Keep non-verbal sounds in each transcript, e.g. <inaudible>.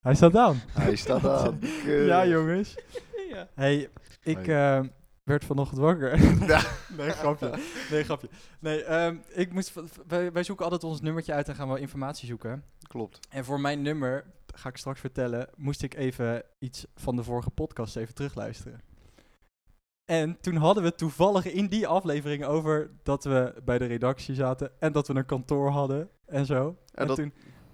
Hij staat aan. Hij staat aan. Kut. Ja, jongens. Ja. hey, ik eh, werd vanochtend wakker. <laughs> nee, grapje. Nee, grapje. Nee, ehm, ik moest, v- v- wij, wij zoeken altijd ons nummertje uit en gaan wel informatie zoeken. Klopt. En voor mijn nummer, ga ik straks vertellen, moest ik even iets van de vorige podcast even terugluisteren. En toen hadden we het toevallig in die aflevering over dat we bij de redactie zaten en dat we een kantoor hadden en zo. En, dat- toen,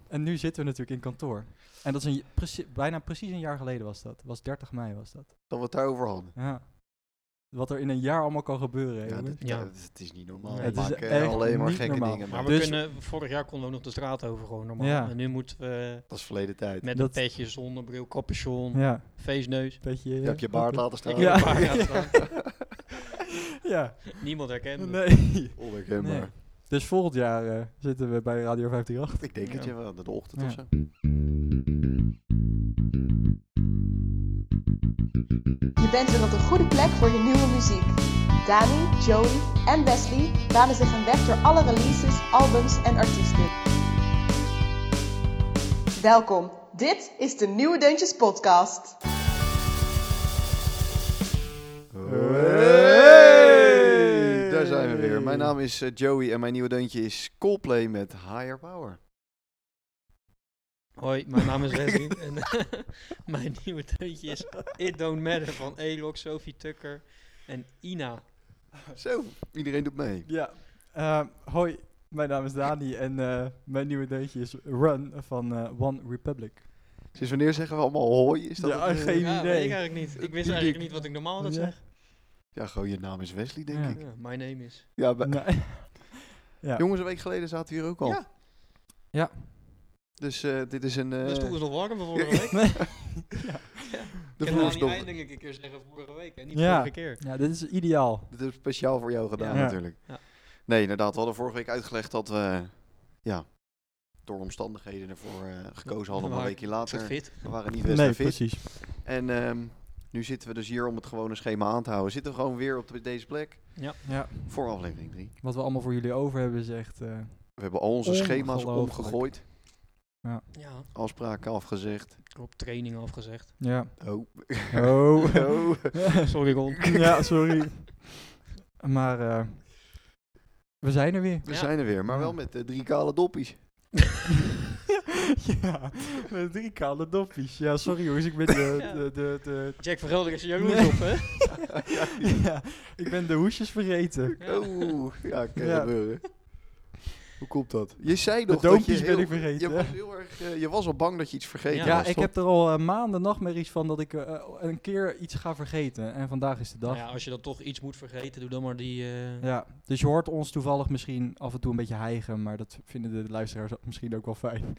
en nu zitten we natuurlijk in kantoor. En dat is een, j- precie- bijna precies een jaar geleden was dat. Was 30 mei was dat. Dat we het daarover hadden. Ja. Wat er in een jaar allemaal kan gebeuren. Ja, jongens. dit, Ja. ja, dit- het is niet normaal. Nee, We het is maken echt alleen maar niet gekke normaal. dingen. Maar Maar we Dus- kunnen, vorig jaar konden we nog de straat over gewoon normaal. Ja. En nu moeten we dat is verleden tijd. met Dat- een petje, zonnebril, capuchon, ja, feestneus. een beetje... Je hebt je baard laten staan. <laughs> Ik heb Ja. een paar jaar staan. Ja. Niemand herkende me. Nee. Onherkenbaar. Nee. Dus volgend jaar eh, zitten we bij Radio 538. Ik denk het, Ja. ja. wel, De ochtend Ja. of zo. Je bent weer op de goede plek voor je nieuwe muziek. Dani, Joey en Wesley banen zich een weg door alle releases, albums en artiesten. Welkom, dit is de Nieuwe Deuntjes Podcast. Hey! Daar zijn we weer. Mijn naam is eh, Joey en mijn nieuwe deuntje is Coldplay met Higher Power. Hoi, mijn naam is Wesley. <laughs> en eh, <laughs> mijn nieuwe deuntje is It Don't Matter van Elok, Sophie Tucker en Ina. Zo, iedereen doet mee. Ja. Ehm, hoi, mijn naam is Dani en eh, mijn nieuwe deuntje is Run van eh, One Republic. Sinds wanneer zeggen we allemaal hoi? Is dat Ja, het, eh, geen- Ja, idee. weet ik eigenlijk niet. Ik wist Die eigenlijk dik- niet wat ik normaal dat Ja. zeg. ja, gewoon je naam is Wesley, denk Ja. ik. Ja, my name is. Ja, bij- Nee. Ja. Jongens, een week geleden zaten we hier ook al. Ja. Ja. Dus eh, dit is een... eh, Dus toen was nog warm van <laughs> vorige week. Nee. de ik kan vloer is niet nog... eindelijk een keer zeggen vorige week en niet niet Ja. vorige vorige keer. Ja, dit is ideaal. Dit is speciaal voor jou gedaan Ja. natuurlijk. Ja. Nee, inderdaad. We hadden vorige week uitgelegd dat we... Ja, door omstandigheden ervoor eh, gekozen hadden. Maar een Maar weekje Ik zat later... fit. We waren niet nee, Wesley fit. precies. En ehm, nu zitten we dus hier om het gewone schema aan te houden. Zitten we gewoon weer op de- deze plek Ja. voor aflevering 3. Wat we allemaal voor jullie over hebben is echt... eh, We hebben al onze schema's Ongelooflijk. omgegooid. Ja, Afspraken afgezegd. op training afgezegd. <laughs> ja. Oh. Oh. <laughs> Oh. Sorry <laughs> Ron. <laughs> ja, sorry. Maar eh, we zijn er weer. We Ja. zijn er weer, maar wel Ja. met eh, drie kale doppies. <laughs> ja, met drie kale doppies. Ja, sorry jongens, ik ben de, Ja. de, de, <laughs> de- Jack van Gelder is er jaloers Nee. op hè? ja, ik ben de hoesjes vergeten. Ja. Oeh, Oh, ja, kan Ja. gebeuren. Hoe komt dat? Je zei De nog dat je doompjes ben heel- ik vergeten, Je hè? was, heel erg, eh, je was al bang dat je iets vergeten Ja, was, ik toch? heb er al eh, maanden nachtmerries van dat ik eh, een keer iets ga vergeten. En vandaag is de dag. Nou Ja. ja, als je dan toch iets moet vergeten, doe dan maar die... eh, dus je hoort ons toevallig misschien af en toe een beetje hijgen, maar dat vinden de luisteraars ook misschien ook wel fijn.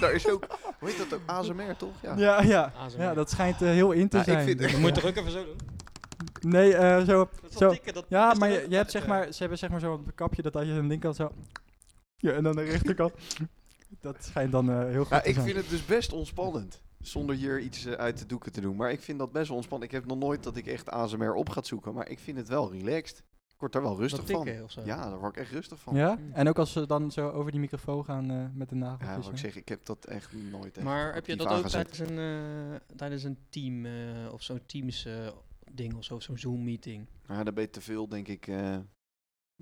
Daar is ook, hoe heet dat ook? ASMR, toch? Ja. Ja, ja, ASMR. ja dat schijnt eh, heel in te Ja, ik zijn. vind- Je moet toch ook even zo doen? Nee, eh, zo, Dat is Zo. wel eh, tikken. Dat Ja, is maar toch je, ook- je hebt zeg maar, ze hebben zeg maar zo'n kapje dat als je aan de linkerkant zo... Ja, en aan de rechterkant... dat schijnt dan eh, heel goed Ja, te ik zijn. vind het dus best ontspannend. Zonder hier iets eh, uit de doeken te doen. Maar ik vind dat best wel ontspannend. Ik heb nog nooit dat ik echt ASMR op ga zoeken. Maar ik vind het wel relaxed. Ik word daar wel rustig dat van. tikken of zo. Ja, daar word ik echt rustig van. Ja, eh, Ja? Hm. En ook als ze dan zo over die microfoon gaan eh, met de wat nageltjes. ik zeg, ik heb dat echt nooit echt Maar heb je actief dat ook aangezet. tijdens een, eh, tijdens een team eh, of zo'n teams eh, ding of zo, of zo'n Zoom meeting? Ja, dan ben je te veel, denk ik, eh,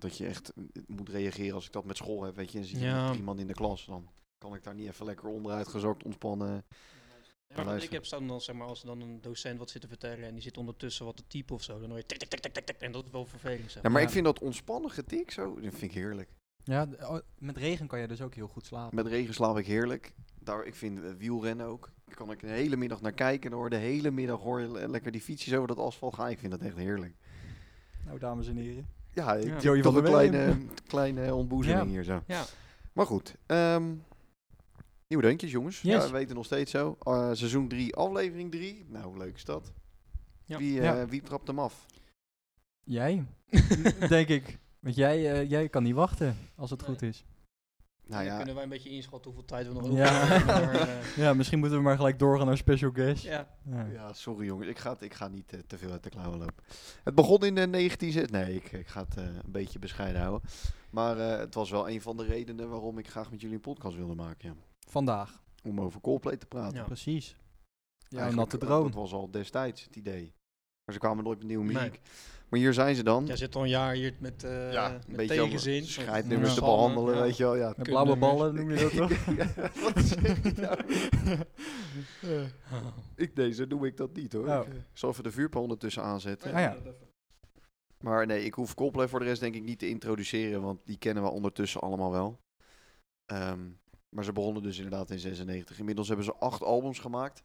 dat je echt eh, moet reageren als ik dat met school heb, weet je. En zie je Ja. met iemand in de klas, dan kan ik daar niet even lekker onderuit gezakt ontspannen. Ja, maar luister. ik heb staan dan zeg maar als er dan een docent wat zit te vertellen en die zit ondertussen wat te typen of zo, dan hoor je tik tik tik tik tik tik en dat is wel vervelend. Zeg. Ja, maar Ja. ik vind dat ontspannen getik zo, dat vind ik heerlijk. Ja, d- oh, met regen kan je dus ook heel goed slapen. Met regen slaap ik heerlijk. Daar, ik vind eh, wielrennen ook. Daar kan ik een hele middag naar kijken. Dan hoor je de hele middag hoor je le- lekker die fietsjes over dat asfalt gaan. Ik vind dat echt heerlijk. Nou, dames en heren. Ja, Ja. ik Joey doe toch van der een kleine, kleine ontboezeming Ja. hier zo. Ja. Maar goed. ehm, nieuwe deuntjes, jongens. Ja, Yes. we weten nog steeds zo. Eh, seizoen 3, aflevering 3. Nou, hoe leuk is dat? Ja. Wie, eh, Ja. wie trapt hem af? Jij, denk <laughs> ik. Want jij, eh, jij kan niet wachten, als het Nee. goed is. Nou Dan ja, kunnen wij een beetje inschatten hoeveel tijd we nog Ja. over hebben. maar, <laughs> eh, Ja, misschien moeten we maar gelijk doorgaan naar special guest. ja. Ja. ja, sorry jongens. Ik ga, ik ga niet eh, te veel uit de klauwen lopen. Het begon in de 19... zes- Nee, ik, ik ga het eh, een beetje bescheiden houden. Maar eh, het was wel een van de redenen waarom ik graag met jullie een podcast wilde maken. Ja. Vandaag. om over Coldplay te praten. Ja. Precies. Jouw Eigenlijk, natte eh, droom. Dat was al destijds het idee. Maar ze kwamen nooit met nieuwe Nee. muziek. Maar hier zijn ze dan. Jij zit al een jaar hier met, eh met een beetje om tegenzin. scheidnummers Ja. te behandelen, weet je wel. <laughs> Ja. Met blauwe kutnummers. ballen noem je dat <laughs> toch? Ja, wat zeg je <laughs> nou? Oh. Ik, nee, zo noem ik dat niet hoor. Oh. Ik eh, zal even de vuurpijl ondertussen aanzetten. eh. Ah ja. Maar nee, ik hoef Coldplay voor de rest denk ik niet te introduceren, want die kennen we ondertussen allemaal wel. Ehm, maar ze begonnen dus inderdaad in 96. Inmiddels hebben ze acht albums gemaakt.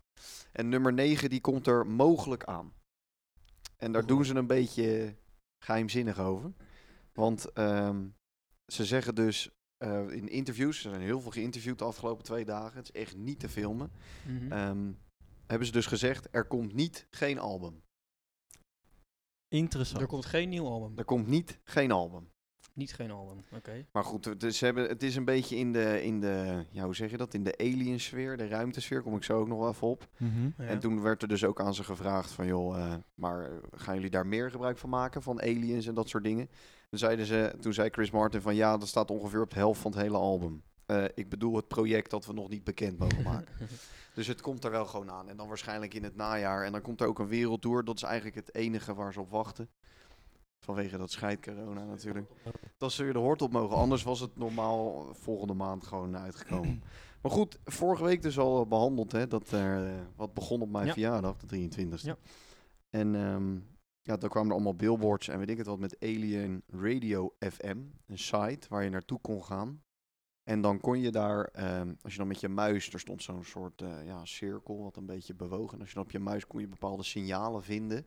En nummer 9 die komt er mogelijk aan. En daar doen ze een beetje geheimzinnig over. Want ehm, ze zeggen dus eh, in interviews, er zijn heel veel geïnterviewd de afgelopen twee dagen, het is echt niet te filmen. Mhm. Ehm, hebben ze dus gezegd, er komt niet geen album. Interessant. er komt geen nieuw album. Er komt niet geen album. Niet geen album, oké. Maar goed, het is, ze hebben, het is een beetje in de, in de, ja, hoe zeg je dat, in de aliensfeer, de ruimtesfeer, kom ik zo ook nog wel even op. Mhm. Ja. <laughs> En toen werd er dus ook aan ze gevraagd van, joh, eh, maar eh, gaan jullie daar meer gebruik van maken, van aliens en dat soort dingen? Toen, zeiden ze, toen zei Chris Martin van, ja, dat staat ongeveer op de helft van het hele album. Eh, ik bedoel het project dat we nog niet bekend mogen maken. Dus het komt er wel gewoon aan. En dan waarschijnlijk in het najaar. En dan komt er ook een wereldtour. Dat is eigenlijk het enige waar ze op wachten. Vanwege dat scheidcorona natuurlijk. Dat ze weer de hort op mogen. Anders was het normaal volgende maand gewoon <clears throat> uitgekomen. Maar goed, vorige week dus al behandeld. Hè, dat er, eh, wat begon op mijn Ja. verjaardag, de 23e. Ja. En ehm, ja, dan kwamen er allemaal billboards en weet ik het wat met Alien Radio FM. Een site waar je naartoe kon gaan. En dan kon je daar, ehm, als je dan met je muis, er stond zo'n soort eh, ja, cirkel wat een beetje bewoog. En als je dan op je muis kon je bepaalde signalen vinden.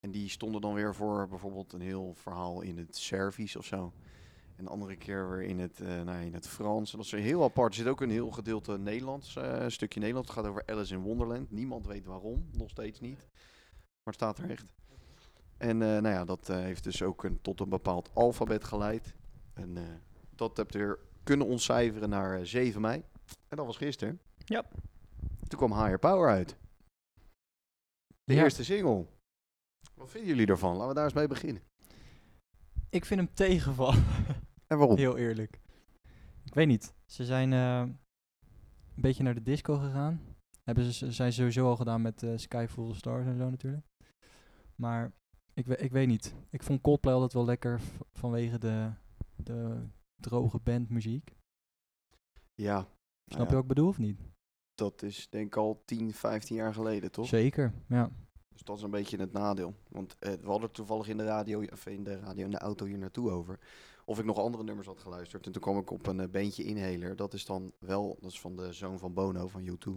En die stonden dan weer voor bijvoorbeeld een heel verhaal in het Servisch of zo. En de andere keer weer in het, eh, nou, in het Frans. En dat is weer heel apart. Er zit ook een heel gedeelte Nederlands, eh, een stukje Nederlands. Het gaat over Alice in Wonderland. Niemand weet waarom, nog steeds niet. Maar het staat er echt. En eh, nou ja, dat eh, heeft dus ook een, tot een bepaald alfabet geleid. En eh, dat hebt weer kunnen ontcijferen naar eh, 7 mei. En dat was gisteren. Ja. Toen kwam Higher Power uit. De Ja. eerste single. Wat vinden jullie ervan? Laten we daar eens mee beginnen. Ik vind hem tegenvallen. <laughs> En waarom? Heel eerlijk. Ik weet niet. Ze zijn eh, een beetje naar de disco gegaan. Hebben ze- ze zijn sowieso al gedaan met eh Sky Full of Stars en zo natuurlijk. Maar ik, we- ik weet niet. Ik vond Coldplay altijd wel lekker v- vanwege de, de droge bandmuziek. Ah Ja. Snap je wat ik bedoel of niet? Dat is denk ik al 10, 15 jaar geleden, toch? Zeker, ja. Dus dat is een beetje het nadeel. Want eh, we hadden het toevallig in de radio, of in de radio, in de auto hier naartoe over. Of ik nog andere nummers had geluisterd. En toen kwam ik op een eh, bandje Inhaler. Dat is dan wel, dat is van de zoon van Bono, van U2.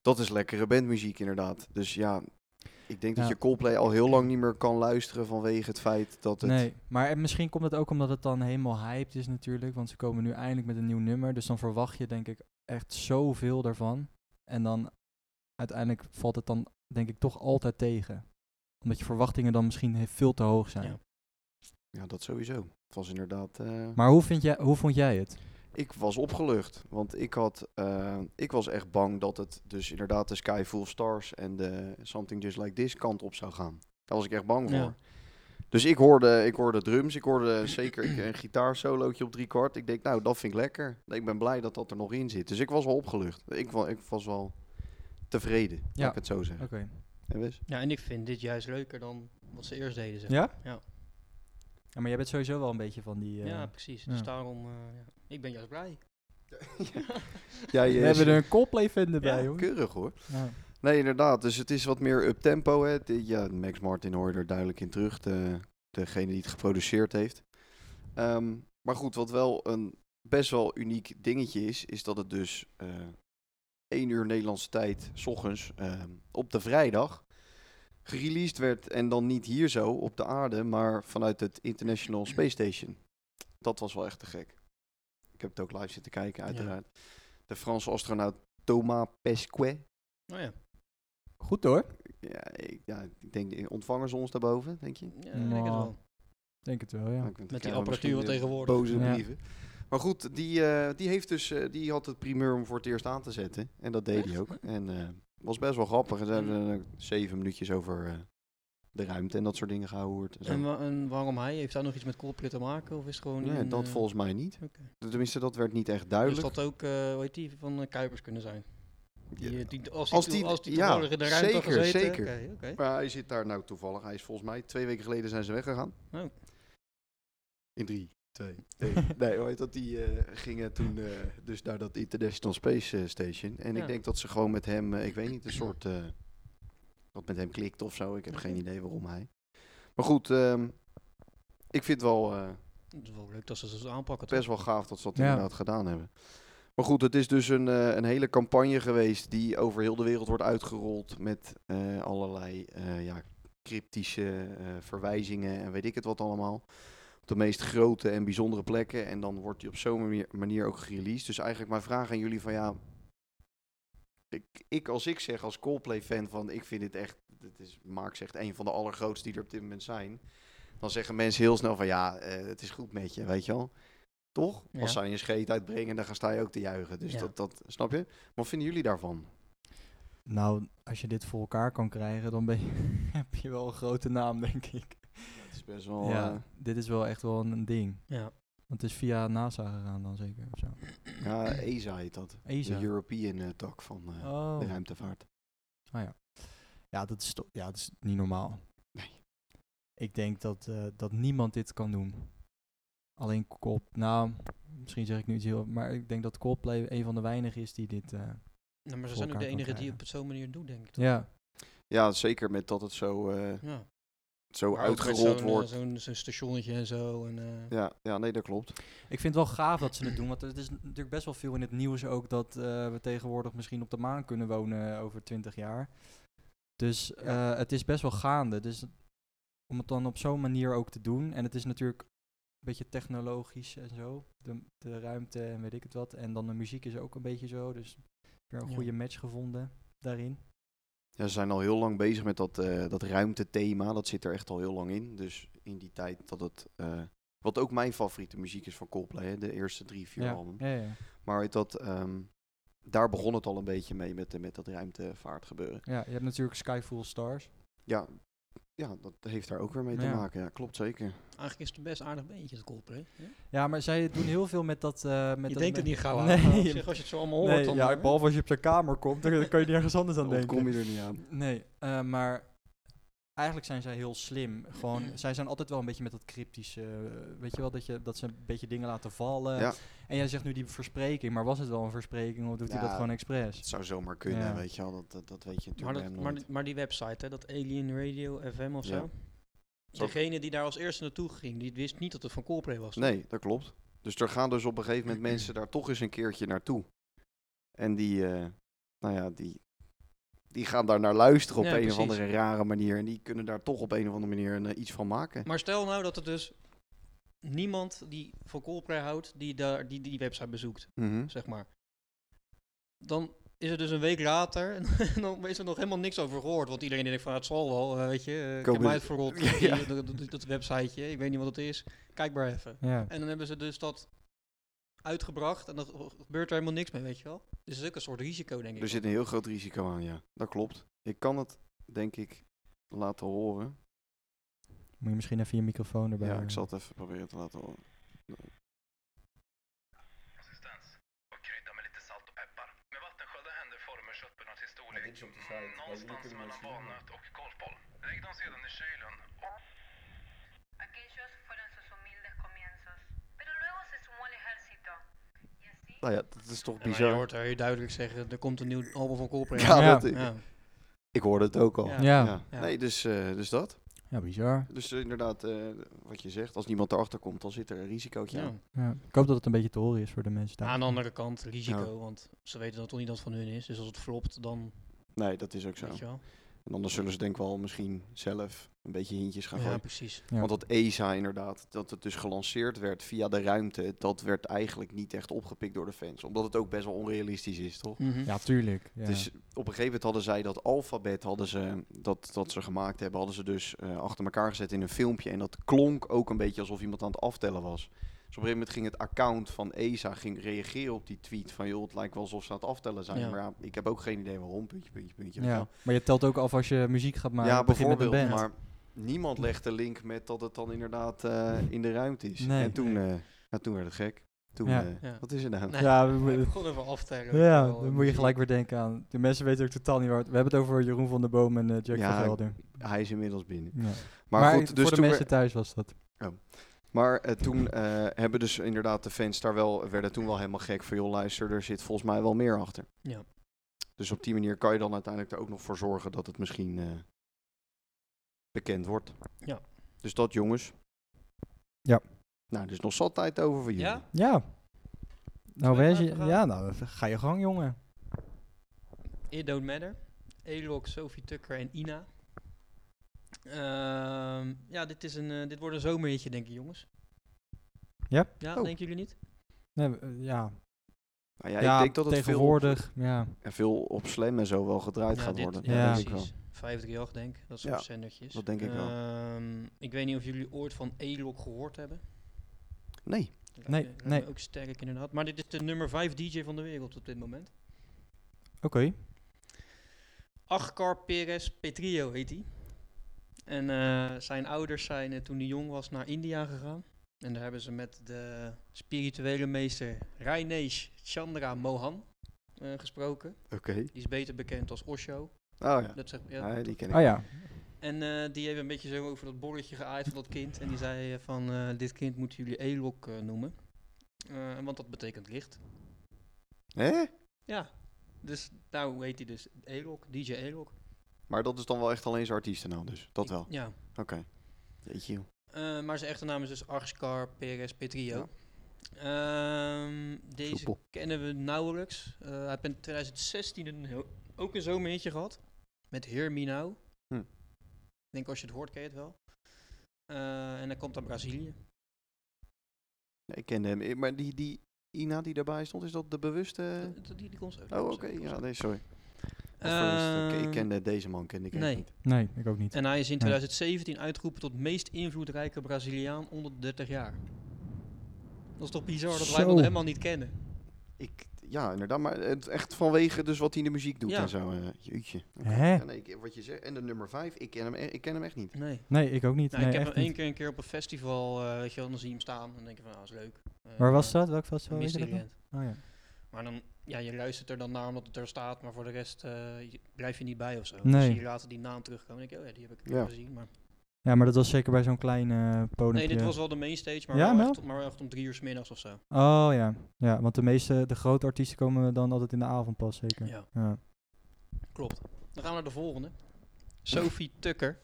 Dat is lekkere bandmuziek inderdaad. Dus ja, ik denk dat Ja. je Coldplay al heel lang niet meer kan luisteren vanwege het feit dat het... Nee, maar eh, misschien komt het ook omdat het dan helemaal hyped is natuurlijk. Want ze komen nu eindelijk met een nieuw nummer. Dus dan verwacht je denk ik echt zoveel daarvan. En dan uiteindelijk valt het dan denk ik toch altijd tegen. Omdat je verwachtingen dan misschien he- veel te hoog zijn. Ja. Ja, dat sowieso. Het was inderdaad... eh, Maar hoe, vind jij, hoe vond jij het? Ik was opgelucht, want ik, had, eh, ik was echt bang dat het dus inderdaad de Sky Full of Stars en de Something Just Like This kant op zou gaan. Daar was ik echt bang voor. Ja. Dus ik hoorde, ik hoorde drums, ik hoorde zeker ik- een gitaarsolootje op drie kwart. Ik denk, nou, dat vind ik lekker. Ik ben blij dat dat er nog in zit. Dus ik was wel opgelucht. Ik, wa- ik was wel tevreden, ja. Ja. ik het zo zeg. Oké. En Wes? Ja, en ik vind dit juist leuker dan wat ze eerst deden. Zeg. Ja? Ja. Ja, maar jij bent sowieso wel een beetje van die... maar. eh, ja, precies. Dus ja. daarom, eh, ja. ik ben juist blij. Ja, We hebben er een Coldplay vinden bij, hoor. keurig hoor. Ja. Nee, inderdaad. Dus het is wat meer up-tempo. Hè. De- ja, Max Martin hoor je er duidelijk in terug. De, degene die het geproduceerd heeft. Ehm, maar goed, wat wel een best wel uniek dingetje is, is dat het dus eh 1 uur Nederlandse tijd, s ochtends, ehm, op de vrijdag, gereleased werd. En dan niet hier zo op de aarde, maar vanuit het International Space Station. Dat was wel echt te gek. Ik heb het ook live zitten kijken, uiteraard. De Franse astronaut Thomas Pesquet, <laughs> Nou ja, Goed hoor, ja, ik, ja, ik denk, eh, ontvangen ze ons daarboven, denk je? ja Nou, ik denk het wel. denk het wel, ja. Nou, ik vind- Met dan krijgen die we apparatuur misschien, eh, tegenwoordig. Boze Ja. brieven. Maar goed, die, eh, die, heeft dus, eh, die had het primeur om voor het eerst aan te zetten. Hmm. En dat deed hij ook. En eh was best wel grappig. En zijn er eh, zeven minuutjes over eh, de ruimte en dat soort dingen gehoord. En zo. En, wa- en waarom hij? Heeft dat nog iets met Coldplay te maken? Of is het gewoon Nee, een, dat eh, volgens mij niet. oké. Tenminste, dat werd niet echt Dus duidelijk. dat ook, eh hoe heet die, van eh, Kuipers kunnen zijn? Die, Ja. eh, die, als die, Als toe- die- als die ja, toevallig in de ruimte had zeker, gezeten. zeker. Oké, oké. Maar hij zit daar nou toevallig. Hij is volgens mij twee weken geleden zijn ze weggegaan. Oh. In drie, twee, één. <laughs> nee, hoe heet dat? Die eh, gingen toen eh, dus naar dat International Space eh, Station. En Ja. ik denk dat ze gewoon met hem, eh, ik weet niet, een soort... eh dat met hem klikt of zo. Ik heb geen idee waarom hij. Maar goed, ehm, ik vind het wel... eh, Het is wel leuk dat ze ze zo aanpakken. best wel gaaf dat ze dat Ja. inderdaad gedaan hebben. Maar goed, het is dus een, eh, een hele campagne geweest die over heel de wereld wordt uitgerold met eh, allerlei eh, ja, cryptische eh, verwijzingen en weet ik het wat allemaal. Op de meest grote en bijzondere plekken. En dan wordt die op zo'n manier, manier ook gereleased. Dus eigenlijk mijn vraag aan jullie van ja, ik, ik als ik zeg als Coldplay-fan van ik vind dit echt, dit is, Mark zegt, een van de allergrootste die er op dit moment zijn. Dan zeggen mensen heel snel van ja, eh, het is goed met je, weet je wel. Toch? Ja. Als zij een scheet uitbrengen, dan gaan sta je ook te juichen. Dus Ja. dat, dat, snap je? Wat vinden jullie daarvan? Nou, als je dit voor elkaar kan krijgen, dan ben je, <laughs> heb je wel een grote naam, denk ik. Het is best wel... ja, eh, dit is wel echt wel een, een ding. Ja. Want het is via NASA gegaan dan zeker of zo. ja, <clears throat> ESA heet dat. ESA. De European eh, tak van eh, Oh. de ruimtevaart. Ah ja. Ja, dat is, toch- ja, dat is niet normaal. Nee. Ik denk dat, eh, dat niemand dit kan doen. Alleen Coldplay, nou, misschien zeg ik nu iets heel... Maar ik denk dat Coldplay een van de weinigen is die dit... eh, Nou, maar ze voor zijn ook de elkaar kan enige die krijgen. op het zo'n manier doen, denk ik. toch? ja, Ja, zeker met dat het zo, eh, Ja. zo Maar ook met uitgerold zo'n, eh, wordt. Zo'n zo'n stationnetje en zo. En, eh, Ja, ja, nee, dat klopt. ik vind het wel gaaf dat ze het doen. Want het is natuurlijk best wel veel in het nieuws ook... dat eh, we tegenwoordig misschien op de maan kunnen wonen eh, over 20 jaar. Dus eh, het is best wel gaande. Dus om het dan op zo'n manier ook te doen... En het is natuurlijk een beetje technologisch en zo. De, de ruimte en weet ik het wat. En dan de muziek is ook een beetje zo. Dus weer een Ja. goede match gevonden daarin. Ja, ze zijn al heel lang bezig met dat, eh dat ruimtethema. Dat zit er echt al heel lang in. Dus in die tijd dat het... eh, wat ook mijn favoriete muziek is van Coldplay, hè, de eerste drie, vier Ja, albums. ja, ja. Maar weet dat, ehm, daar begon het al een beetje mee met, eh, met dat ruimtevaartgebeuren. ja, je hebt natuurlijk Sky Full Stars. Ja, ja, dat heeft daar ook weer mee te Ja. maken. Ja, klopt zeker. Eigenlijk is het een best aardig beentje, het Coldplay. hè? Ja, maar zij doen heel veel met dat... eh, met dat Je denkt me- het niet gauw <laughs> aan. Nee. maar op zich, als je het zo allemaal hoort, Nee, dan... ja, eh, behalve als je op zijn kamer komt, dan dan kan je niet ergens anders aan Dan denken. kom je er niet aan. Nee, eh, maar eigenlijk zijn zij heel slim. Gewoon, zij zijn altijd wel een beetje met dat cryptische, eh, weet je wel, dat, je, dat ze een beetje dingen laten vallen. Ja. En jij zegt nu die verspreking, maar was het wel een verspreking of doet hij Ja. dat gewoon expres? Het zou zomaar kunnen, Ja. weet je wel. Dat, dat, dat weet je maar, natuurlijk dat, bij hem maar, nooit. die- maar die website, hè, dat Alien Radio FM of Ja. zo. Degene die daar als eerste naartoe ging, die wist niet dat het van Coldplay was. Nee, dat klopt. Dus er gaan dus op een gegeven <clears throat> moment mensen daar toch eens een keertje naartoe. En die, eh, nou ja, die, die gaan daar naar luisteren op Ja, een precies. of andere rare manier. En die kunnen daar toch op een of andere manier een, eh, iets van maken. Maar stel nou dat er dus niemand die van Coldplay houdt, die daar, die, die website bezoekt, Mhm. zeg maar. Dan is het dus een week later en <laughs> dan is er nog helemaal niks over gehoord. Want iedereen denkt van, "Ah, het zal wel, eh, weet je. eh, ik heb Komen- mij het verrot, <laughs> Ja. die- dat, dat, dat websiteje, ik weet niet wat het is. Kijk maar even. Ja. En dan hebben ze dus dat uitgebracht en dan gebeurt er helemaal niks mee, weet je wel. Dus het is ook een soort risico, denk ik. Er zit een heel groot risico aan, ja. Dat klopt. Ik kan het, denk ik, laten horen. Moet je misschien even je microfoon erbij Ja, ik houden. zal het even proberen te laten horen. konsistens och krydda med lite salt och peppar. Med vattensköljda händer formar köttbullarnas Ja, historia det är inte så här. Vad någonstans gjorde du med mellan kylen? valnöt och kolpoll. Lägg dem sedan i kylen och Aquellos fueron sus humildes comienzos, pero luego se sumó al ejército. Y así. Nou ja, dat is toch Ja, maar je bizar. hoort er heel duidelijk zeggen, er komt een nieuw album van Coldplay. <laughs> Ja, Ja. dat- ik, Ja. ik hoorde het ook al. Ja. Ja. Ja. Ja. Nee, dus, eh, dus dat. Ja, bizar. Dus eh, inderdaad, eh, wat je zegt, als niemand erachter komt, dan zit er een risicootje Ja. aan. Ja. Ik hoop dat het een beetje te horen is voor de mensen daar. Aan de andere kant, risico, Ja. want ze weten dan toch niet dat het van hun is. Dus als het flopt, dan Nee, dat is ook zo. weet je wel. En anders zullen ze denk ik wel misschien zelf een beetje hintjes gaan Ja, gooien. precies. Ja. Want dat ESA inderdaad, dat het dus gelanceerd werd via de ruimte, dat werd eigenlijk niet echt opgepikt door de fans. Omdat het ook best wel onrealistisch is, toch? Ja, tuurlijk. Ja. Dus op een gegeven moment hadden zij dat alfabet hadden ze, dat, dat ze gemaakt hebben, hadden ze dus eh, achter elkaar gezet in een filmpje. En dat klonk ook een beetje alsof iemand aan het aftellen was. Dus op een gegeven moment ging het account van ESA ging reageren op die tweet van joh, het lijkt wel alsof ze aan het aftellen zijn. Ja. Maar ja, ik heb ook geen idee waarom, puntje, puntje, puntje. weet je ja. Maar je telt ook af als je muziek gaat maken. ja, begin met een bijvoorbeeld. band. Maar niemand legt de link met dat het dan inderdaad eh, in de ruimte is. Nee. En toen, eh, ja, toen werd het gek. Toen, Ja. eh, Ja. wat is er nou? Nee, Ja, <laughs> ja, we we moeten- begonnen even aftellen. Ja, dan moet je gelijk weer denken aan. De mensen weten ook totaal niet waar. het- We hebben het over Jeroen van der Boom en eh, Jack Ja, van Gelder. Hij is inmiddels binnen. Ja. Maar, goed, dus voor de toen mensen thuis was dat. Maar eh, toen eh, hebben dus inderdaad de fans daar wel, werden toen wel helemaal gek van, joh luister, er zit volgens mij wel meer achter. Ja. Dus op die manier kan je dan uiteindelijk er ook nog voor zorgen dat het misschien eh, bekend wordt. Ja. Dus dat jongens. Ja. Nou, er is nog zat tijd over voor jullie. Ja? Ja. Nou, Twee wees je, platen gaan? ja, nou, ga je gang, jongen. It Don't Matter. Elok, Sophie Tucker en Ina. Ehm, ja, dit, is een, eh, dit wordt een zomerhitje, denk ik, jongens. Ja? Ja, Oh. denken jullie niet? Nee, we- eh, ja. Nou ja, ik denk dat het veel, tegenwoordig. Ja. en veel op slam en zo wel gedraaid gaat dit- worden. ja, dat denk ik wel. precies. 538, denk ik. Dat soort Ja, zendertjes. dat denk ik wel. Ehm, ik weet niet of jullie ooit van Elok gehoord hebben. Nee, Lijkt Nee, me- lijkt nee. me Ook sterk inderdaad. Maar dit is de nummer 5 DJ van de wereld op dit moment. Oké. Achkar Perez Petrio heet hij. En eh, zijn ouders zijn eh, toen hij jong was naar India gegaan. En daar hebben ze met de spirituele meester Rainesh Chandra Mohan eh, gesproken. oké. Die is beter bekend als Osho. Oh ja. Dat zeg, ja, Ja, die ken ik. Oh ja. En eh, die heeft een beetje zo over dat borreltje geaaid van dat kind. En die zei eh, van, eh, dit kind moeten jullie Elok eh, noemen. Eh, want dat betekent licht. Hè? Ja, dus nou heet hij dus Elok, DJ Elok. Maar dat is dan wel echt alleen zijn artiestennaam dus. Dat wel. Ja, Oké. Jeetje joh. Eh, maar zijn echte naam is dus Arskar Perez Petrio. Ehm, deze Soepel. kennen we nauwelijks. Eh, hij heeft in 2016 een heel- ook een zomerhitje gehad. Met Hear Me Now. Hm. Ik denk als je het hoort ken je het wel. Eh, en hij komt uit Brazilië. Ja, ik kende hem. Eh, Maar die, die Ina die daarbij stond, is dat de bewuste... Dat- dat- die, die komt zo. Eh. Oh, oké. Ja, nee, sorry. Of bewust, oké, Ehm, ik kende deze man, kende ik echt nee. niet. Nee, ik ook niet. En hij is in 2017 uitgeroepen tot meest invloedrijke Braziliaan onder de 30 jaar. Dat is toch bizar dat wij Zo. hem helemaal niet kennen. Ik, ja, inderdaad. Maar het echt vanwege dus wat hij in de muziek doet Ja. en zo. eh, jeetje. Oké. Hè? Ja, nee, ik- wat je zegt. En de nummer 5, ik ken hem, e- ik ken hem echt niet. Nee. Nee, ik ook niet. Nou, nee, ik heb echt hem één niet. keer, een keer op een festival, eh, weet je wel, dan zie je hem staan. Dan denk je van, ah, is leuk. Eh, Waar was maar- dat? Welk festival? Weet je dat nog? Mysteryland. Oh, ja. Maar dan, ja, je luistert er dan naar omdat het er staat, maar voor de rest eh, je- blijf je niet bij of zo. Dan Nee. zie je later die naam terugkomen en denk je, oh ja, die heb ik Ja. al gezien. Maar... ja, maar dat was zeker bij zo'n klein eh Nee, podium. dit was wel de mainstage, maar, Ja, nou? wel wel? echt, maar wel echt om drie uur 's middags of zo. Oh ja. ja, want de meeste, de grote artiesten komen dan altijd in de avond pas zeker. Ja, Ja. klopt. Dan gaan we naar de volgende. Sophie Tucker.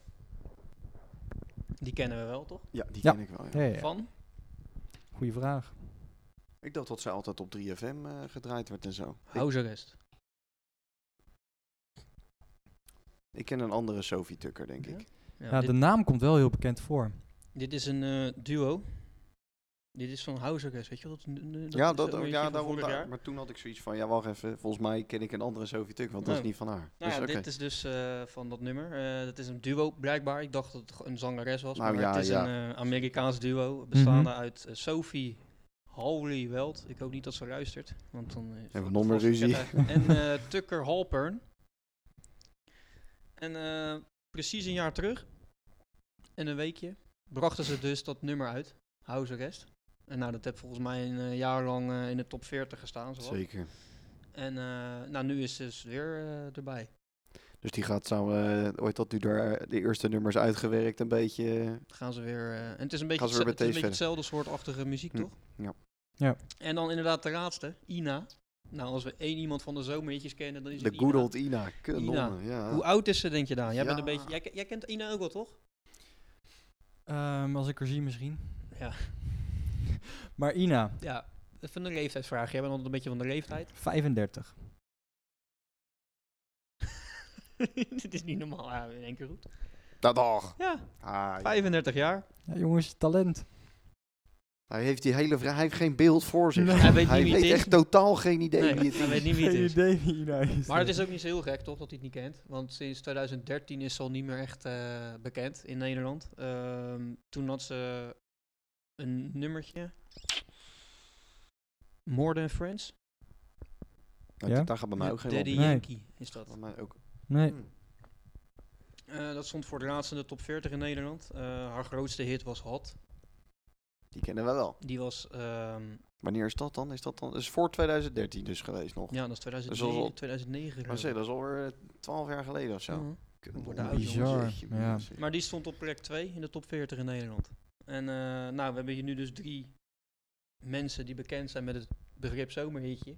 Die kennen we wel, toch? Ja, die Ja. ken ik wel. Ja. Ja, ja, ja. Van? Goeie vraag. Ik dacht dat zij altijd op 3FM eh, gedraaid werd en zo. Ik, Houserest. ik ken een andere Sophie Tucker, denk Ja? ik. Ja, Ja, dit- de naam komt wel heel bekend voor. Dit is een eh, duo. Dit is van House Arrest, weet je wel? Dat, n- n- ja, dat, zo'n ook, liedje ja van daarom, vorig daar- jaar. maar toen had ik zoiets van, ja, wacht even. Volgens mij ken ik een andere Sophie Tucker, want dat is Nee. niet van haar. Nou dus, ja, oké. dit is dus eh, van dat nummer. Eh, dat is een duo blijkbaar. Ik dacht dat het een zangeres was, Nou maar ja, het is ja. een eh, Amerikaans duo. Bestaande uit eh, Sophie Hawley Weld. Ik hoop niet dat ze luistert, want dan... eh, Hebben we wordt nog het meer vast ruzie. bekend uit. <laughs> En eh, Tucker Halpern. En eh, precies een jaar terug, en een weekje, brachten ze dus dat nummer uit. House Arrest. En nou, dat heb volgens mij een eh, jaar lang eh, in de top 40 gestaan. Zowat. Zeker. En eh, nou, nu is ze dus weer eh, erbij. Dus die gaat samen, eh, ooit had u daar de eerste nummers uitgewerkt een beetje. Dan gaan ze weer. eh, en het is een beetje, Gaan ze weer hetze- het met is een beetje deze hetzelfde soortachtige muziek, Hm, toch? ja. Ja. En dan inderdaad de laatste, Ina. Nou, als we één iemand van de zomerhitjes kennen, dan is De het good Ina. old Ina. Kanonnen, ja. Hoe oud is ze, denk je dan? Jij, bent een Ja. beetje, jij, jij kent Ina ook wel, toch? Ehm, als ik er zie misschien. Ja. <laughs> Maar Ina, Ja, even een leeftijdsvraag. Jij bent altijd een beetje van de leeftijd. 35. <laughs> Dit is niet normaal, ja, in één keer goed. Dat Nou, dag. Ja, Ah, ja. 35 jaar. Ja, jongens, talent. Hij heeft die hele vraag, hij heeft geen beeld voor zich. Nee. Hij weet niet wie weet het is. echt totaal geen idee Nee, wie het hij <laughs> is. weet niet wie het Geen is. idee wie Ina is. Maar het is ook niet zo heel gek, toch, dat hij het niet kent. Want sinds 2013 is ze al niet meer echt eh, bekend in Nederland. Ehm, toen had ze een nummertje. More Than Friends. Nou, Ja? Daar gaat bij mij ook geen Daddy land. Nee. Yankee is dat. Hmm, Bij mij ook. Nee, Hm. Eh, dat stond voor het laatst in de top 40 in Nederland. Eh, haar grootste hit was Hot. Die kennen we wel. Die was, ehm, Wanneer is dat dan? Is dat dan? Is voor 2013 dus geweest nog. ja, dat is Dat is al- 2009. 2009 Maar geloof zeg, ik. dat is alweer eh, 12 jaar geleden of zo. Ja. Kunnen Wordt we oud, nog- jongens. Jeetje, Bizar, ja. mensen. Maar die stond op plek 2 in de top 40 in Nederland. En eh, nou, we hebben hier nu dus drie mensen die bekend zijn met het begrip zomerhitje.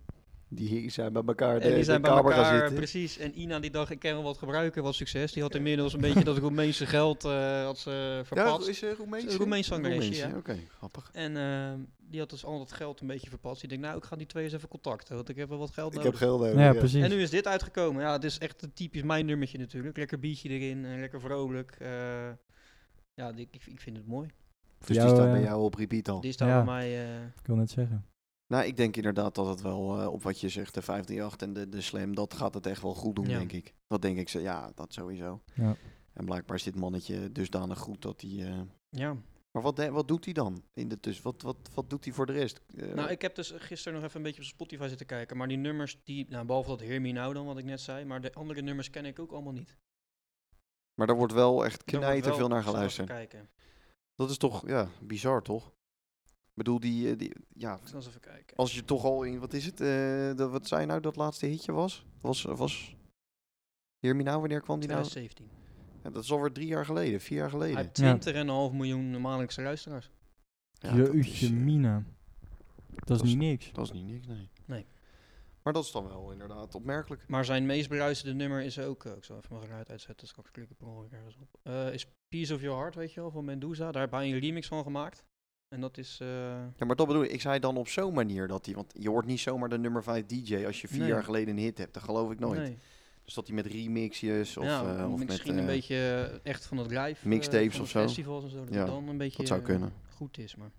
Die hier zijn bij elkaar. en die zijn bij kamer gaan elkaar, zitten. precies. En Ina die dacht, ik ken wel wat gebruiken, was succes. Die had inmiddels een beetje dat Roemeense geld eh had ze Ja, verpatst. is ze Roemeense? Een Roemeens zangeresje, Roemeens, ja. Oké, grappig. en ehm, die had dus al dat geld een beetje verpatst. Die denkt, nou, ik ga die twee eens even contacten, want ik heb wel wat geld nodig. geld nodig. Ja, precies. En nu is dit uitgekomen. Ja, het is echt een typisch mijn nummertje natuurlijk. Lekker biertje erin, eh, lekker vrolijk. eh, ja, die- ik, ik vind het mooi. Dus Jou, die staat bij eh, jou op repeat al. Die staat Ja. bij mij... eh, Ik wil net zeggen. Nou, ik denk inderdaad dat het wel eh, op wat je zegt, de 538 en de, de Slam, dat gaat het echt wel goed doen, Ja. denk ik. Dat denk ik, ze- ja, dat sowieso. Ja. En blijkbaar is dit mannetje dusdanig goed dat hij... eh, ja. Maar wat, de- wat doet hij dan in de tussen? Wat, wat, wat doet hij voor de rest? Eh, Nou, ik heb dus gisteren nog even een beetje op Spotify zitten kijken. Maar die nummers, die, nou, behalve dat Hear Me Now dan, wat ik net zei. Maar de andere nummers ken ik ook allemaal niet. Maar daar wordt wel echt Daar wordt knijter wel veel naar zelf geluisterd. Kijken. Dat is toch, ja, bizar toch? Ik bedoel, die, eh, die ja, Ik zal eens even kijken. als je toch al in, wat is het, eh, dat, wat zei nou dat laatste hitje was? Was, was, Hear Me Now, wanneer kwam die nou? 2017. Ja, dat is alweer drie jaar geleden, vier jaar Hij geleden. heeft 20,5 miljoen maandelijkse luisteraars. Ja, dat is, Jeetje eh, mina. Dat is dat is- niet niks. Dat is niet niks, nee. Nee. Maar dat is dan wel inderdaad opmerkelijk. Maar zijn meest beluisterde nummer is ook, eh, ik zal even mijn geluid uitzetten, straks klik ik per ongeluk ergens op. Eh, is Piece of Your Heart, weet je wel, van Mendoza. Daar hebben wij een remix van gemaakt. En dat is, eh, Ja, maar dat bedoel ik. Ik zei dan op zo'n manier dat hij... Want je hoort niet zomaar de nummer 5 DJ als je vier Nee. jaar geleden een hit hebt. Dat geloof ik nooit. nee. Dus dat hij met remixjes of, ja, eh, of met... misschien een eh, beetje eh, echt van het live. mixtapes eh, van of de zo. Festivals en zo. Dat Ja, het dan een beetje Dat zou eh, kunnen. goed is. Maar.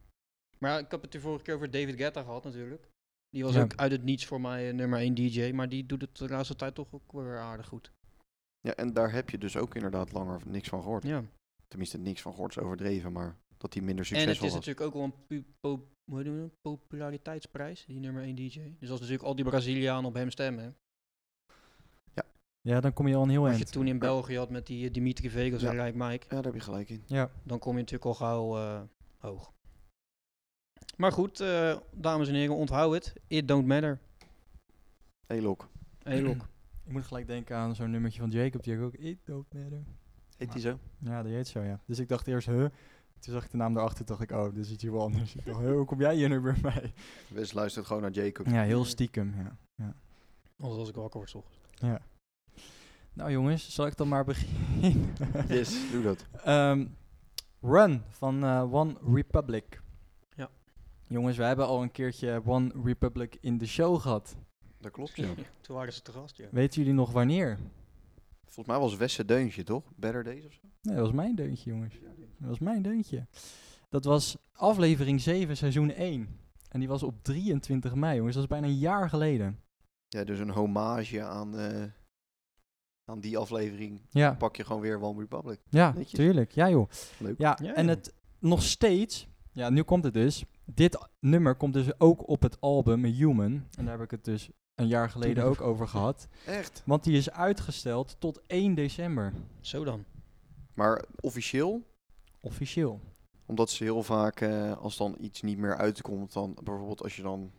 maar ja, ik heb het de vorige keer over David Guetta gehad natuurlijk. Die was Ja. ook uit het niets voor mij eh, nummer 1 DJ. Maar die doet het de laatste tijd toch ook weer aardig goed. Ja, en daar heb je dus ook inderdaad langer niks van gehoord. Ja. Tenminste, niks van gehoord is overdreven, maar dat hij minder En het succesvol is was. natuurlijk ook wel een pu- po- hoe heet het? nou? populariteitsprijs, die nummer 1 DJ. Dus als natuurlijk al die Brazilianen op hem stemmen. hè. Ja, dan kom je al een heel Wat je eind. toen in België had met die eh, Dimitri Vegas en Ja. Rijk Mike. Ja, daar heb je gelijk in. Ja, Dan kom je natuurlijk al gauw eh, hoog. Maar goed, eh, dames en heren, onthoud het. It don't matter. Hey, Lok. Hey, Lok. ik moet gelijk denken aan zo'n nummertje van Jacob. Die ook, it don't matter. Heet hij zo? Ja, die heet zo, ja. Dus ik dacht eerst, huh? Toen zag ik de naam erachter, dacht ik, oh, dit is iets heel anders. Ik dacht, huh, hoe kom jij hier nu bij mij? Wes luistert gewoon naar Jacob. Ja, heel stiekem, ja. <clears throat> Anders als ik wakker word, toch? Nou jongens, zal ik dan maar <laughs> beginnen? <laughs> Yes, doe dat. Ehm, Run van eh, One Republic. Ja. Jongens, wij hebben al een keertje One Republic in de show gehad. Dat klopt, ja. <laughs> Toen waren ze te gast, ja. Weten jullie nog wanneer? Volgens mij was Wesse Deuntje, toch? Better Days of zo? Nee, dat was mijn deuntje, jongens. Dat was mijn deuntje. Dat was aflevering 7, seizoen 1. En die was op 23 mei, jongens. Dat is bijna een jaar geleden. Ja, dus een hommage aan, eh, aan die aflevering. Ja, Pak je gewoon weer One Republic. ja Netjes. tuurlijk. Ja, joh. Leuk. Ja, Ja, en ja. het nog steeds... Ja, nu komt het dus. Dit nummer komt dus ook op het album Human. En daar heb ik het dus een jaar geleden ook over gehad. Echt? Want die is uitgesteld tot 1 december. Zo dan. Maar officieel, Officieel. omdat ze heel vaak, eh, als dan iets niet meer uitkomt, dan bijvoorbeeld als je dan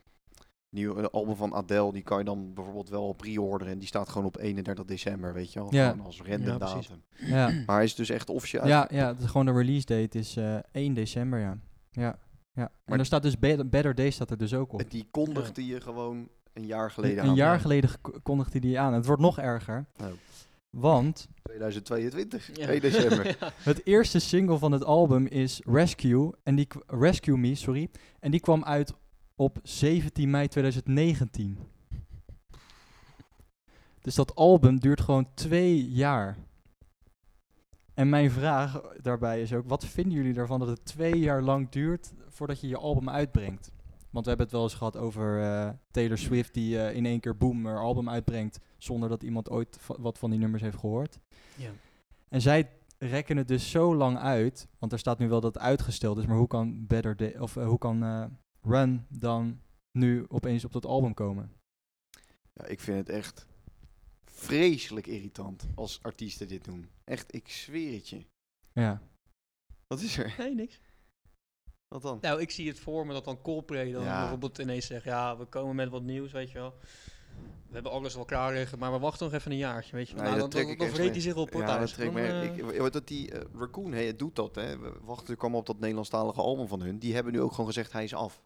nieuw een album van Adele, die kan je dan bijvoorbeeld wel pre-orderen en die staat gewoon op 31 december, weet je wel? Ja. Gewoon als random Ja, precies. datum. Ja. Maar hij is dus echt officieel uit- <clears throat> Ja, ja, het is gewoon de release date is eh 1 december, ja. Ja, ja. Maar- en er staat dus Better, Better Day staat er dus ook op. en Die kondigde je gewoon een jaar geleden aan. eh, een jaar geleden geko- kondigde hij die aan. Het wordt nog erger. Oh. Want 2022, Ja. 2 <laughs> december. Ja. het eerste single van het album is Rescue. En die, kw- Rescue Me, sorry. En die kwam uit op 17 mei 2019. Dus dat album duurt gewoon twee jaar. En mijn vraag daarbij is ook: wat vinden jullie ervan dat het twee jaar lang duurt voordat je je album uitbrengt? Want we hebben het wel eens gehad over eh, Taylor Swift, die eh, in één keer boem haar album uitbrengt. zonder dat iemand ooit va- wat van die nummers heeft gehoord. Ja. En zij rekken het dus zo lang uit. Want er staat nu wel dat het uitgesteld is. Maar hoe kan, Better Day- of, eh, hoe kan eh, Run dan nu opeens op dat album komen? Ja, ik vind het echt vreselijk irritant als artiesten dit doen. Echt, ik zweer het je. Ja. Wat is er? Nee, niks. Wat dan? Nou, ik zie het voor me dat dan Coldplay dan Ja. bijvoorbeeld ineens zegt... Ja, we komen met wat nieuws, weet je wel. We hebben alles wel klaar liggen, maar we wachten nog even een jaartje, weet je wel. Nee, nou, dat dan, trek dan, ik dan echt vreet mee. hij zich op, hoor, Ja, dat thuis. trek ik Dan, me. eh, Ik, ik- wat dat die eh, Raccoon, hey, het doet dat. Hè. We wachten kwam op dat Nederlandstalige album van hun. Die hebben nu ook gewoon gezegd, hij is af.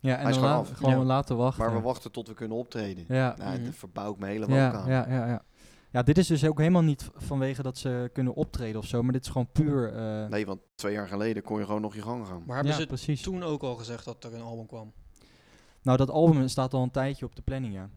Ja, en dan is gewoon la- af. gewoon Ja. laten wachten. Maar we wachten tot we kunnen optreden. ja. Nou, Mhm. Dat verbouwt me helemaal Ja, aan. ja, ja, ja. Ja, dit is dus ook helemaal niet v- vanwege dat ze kunnen optreden of zo, maar dit is gewoon puur. eh, Nee, want twee jaar geleden kon je gewoon nog je gang gaan. Maar hebben ja, ze precies. toen ook al gezegd dat er een album kwam? Nou, dat album staat al een tijdje op de planning, ja.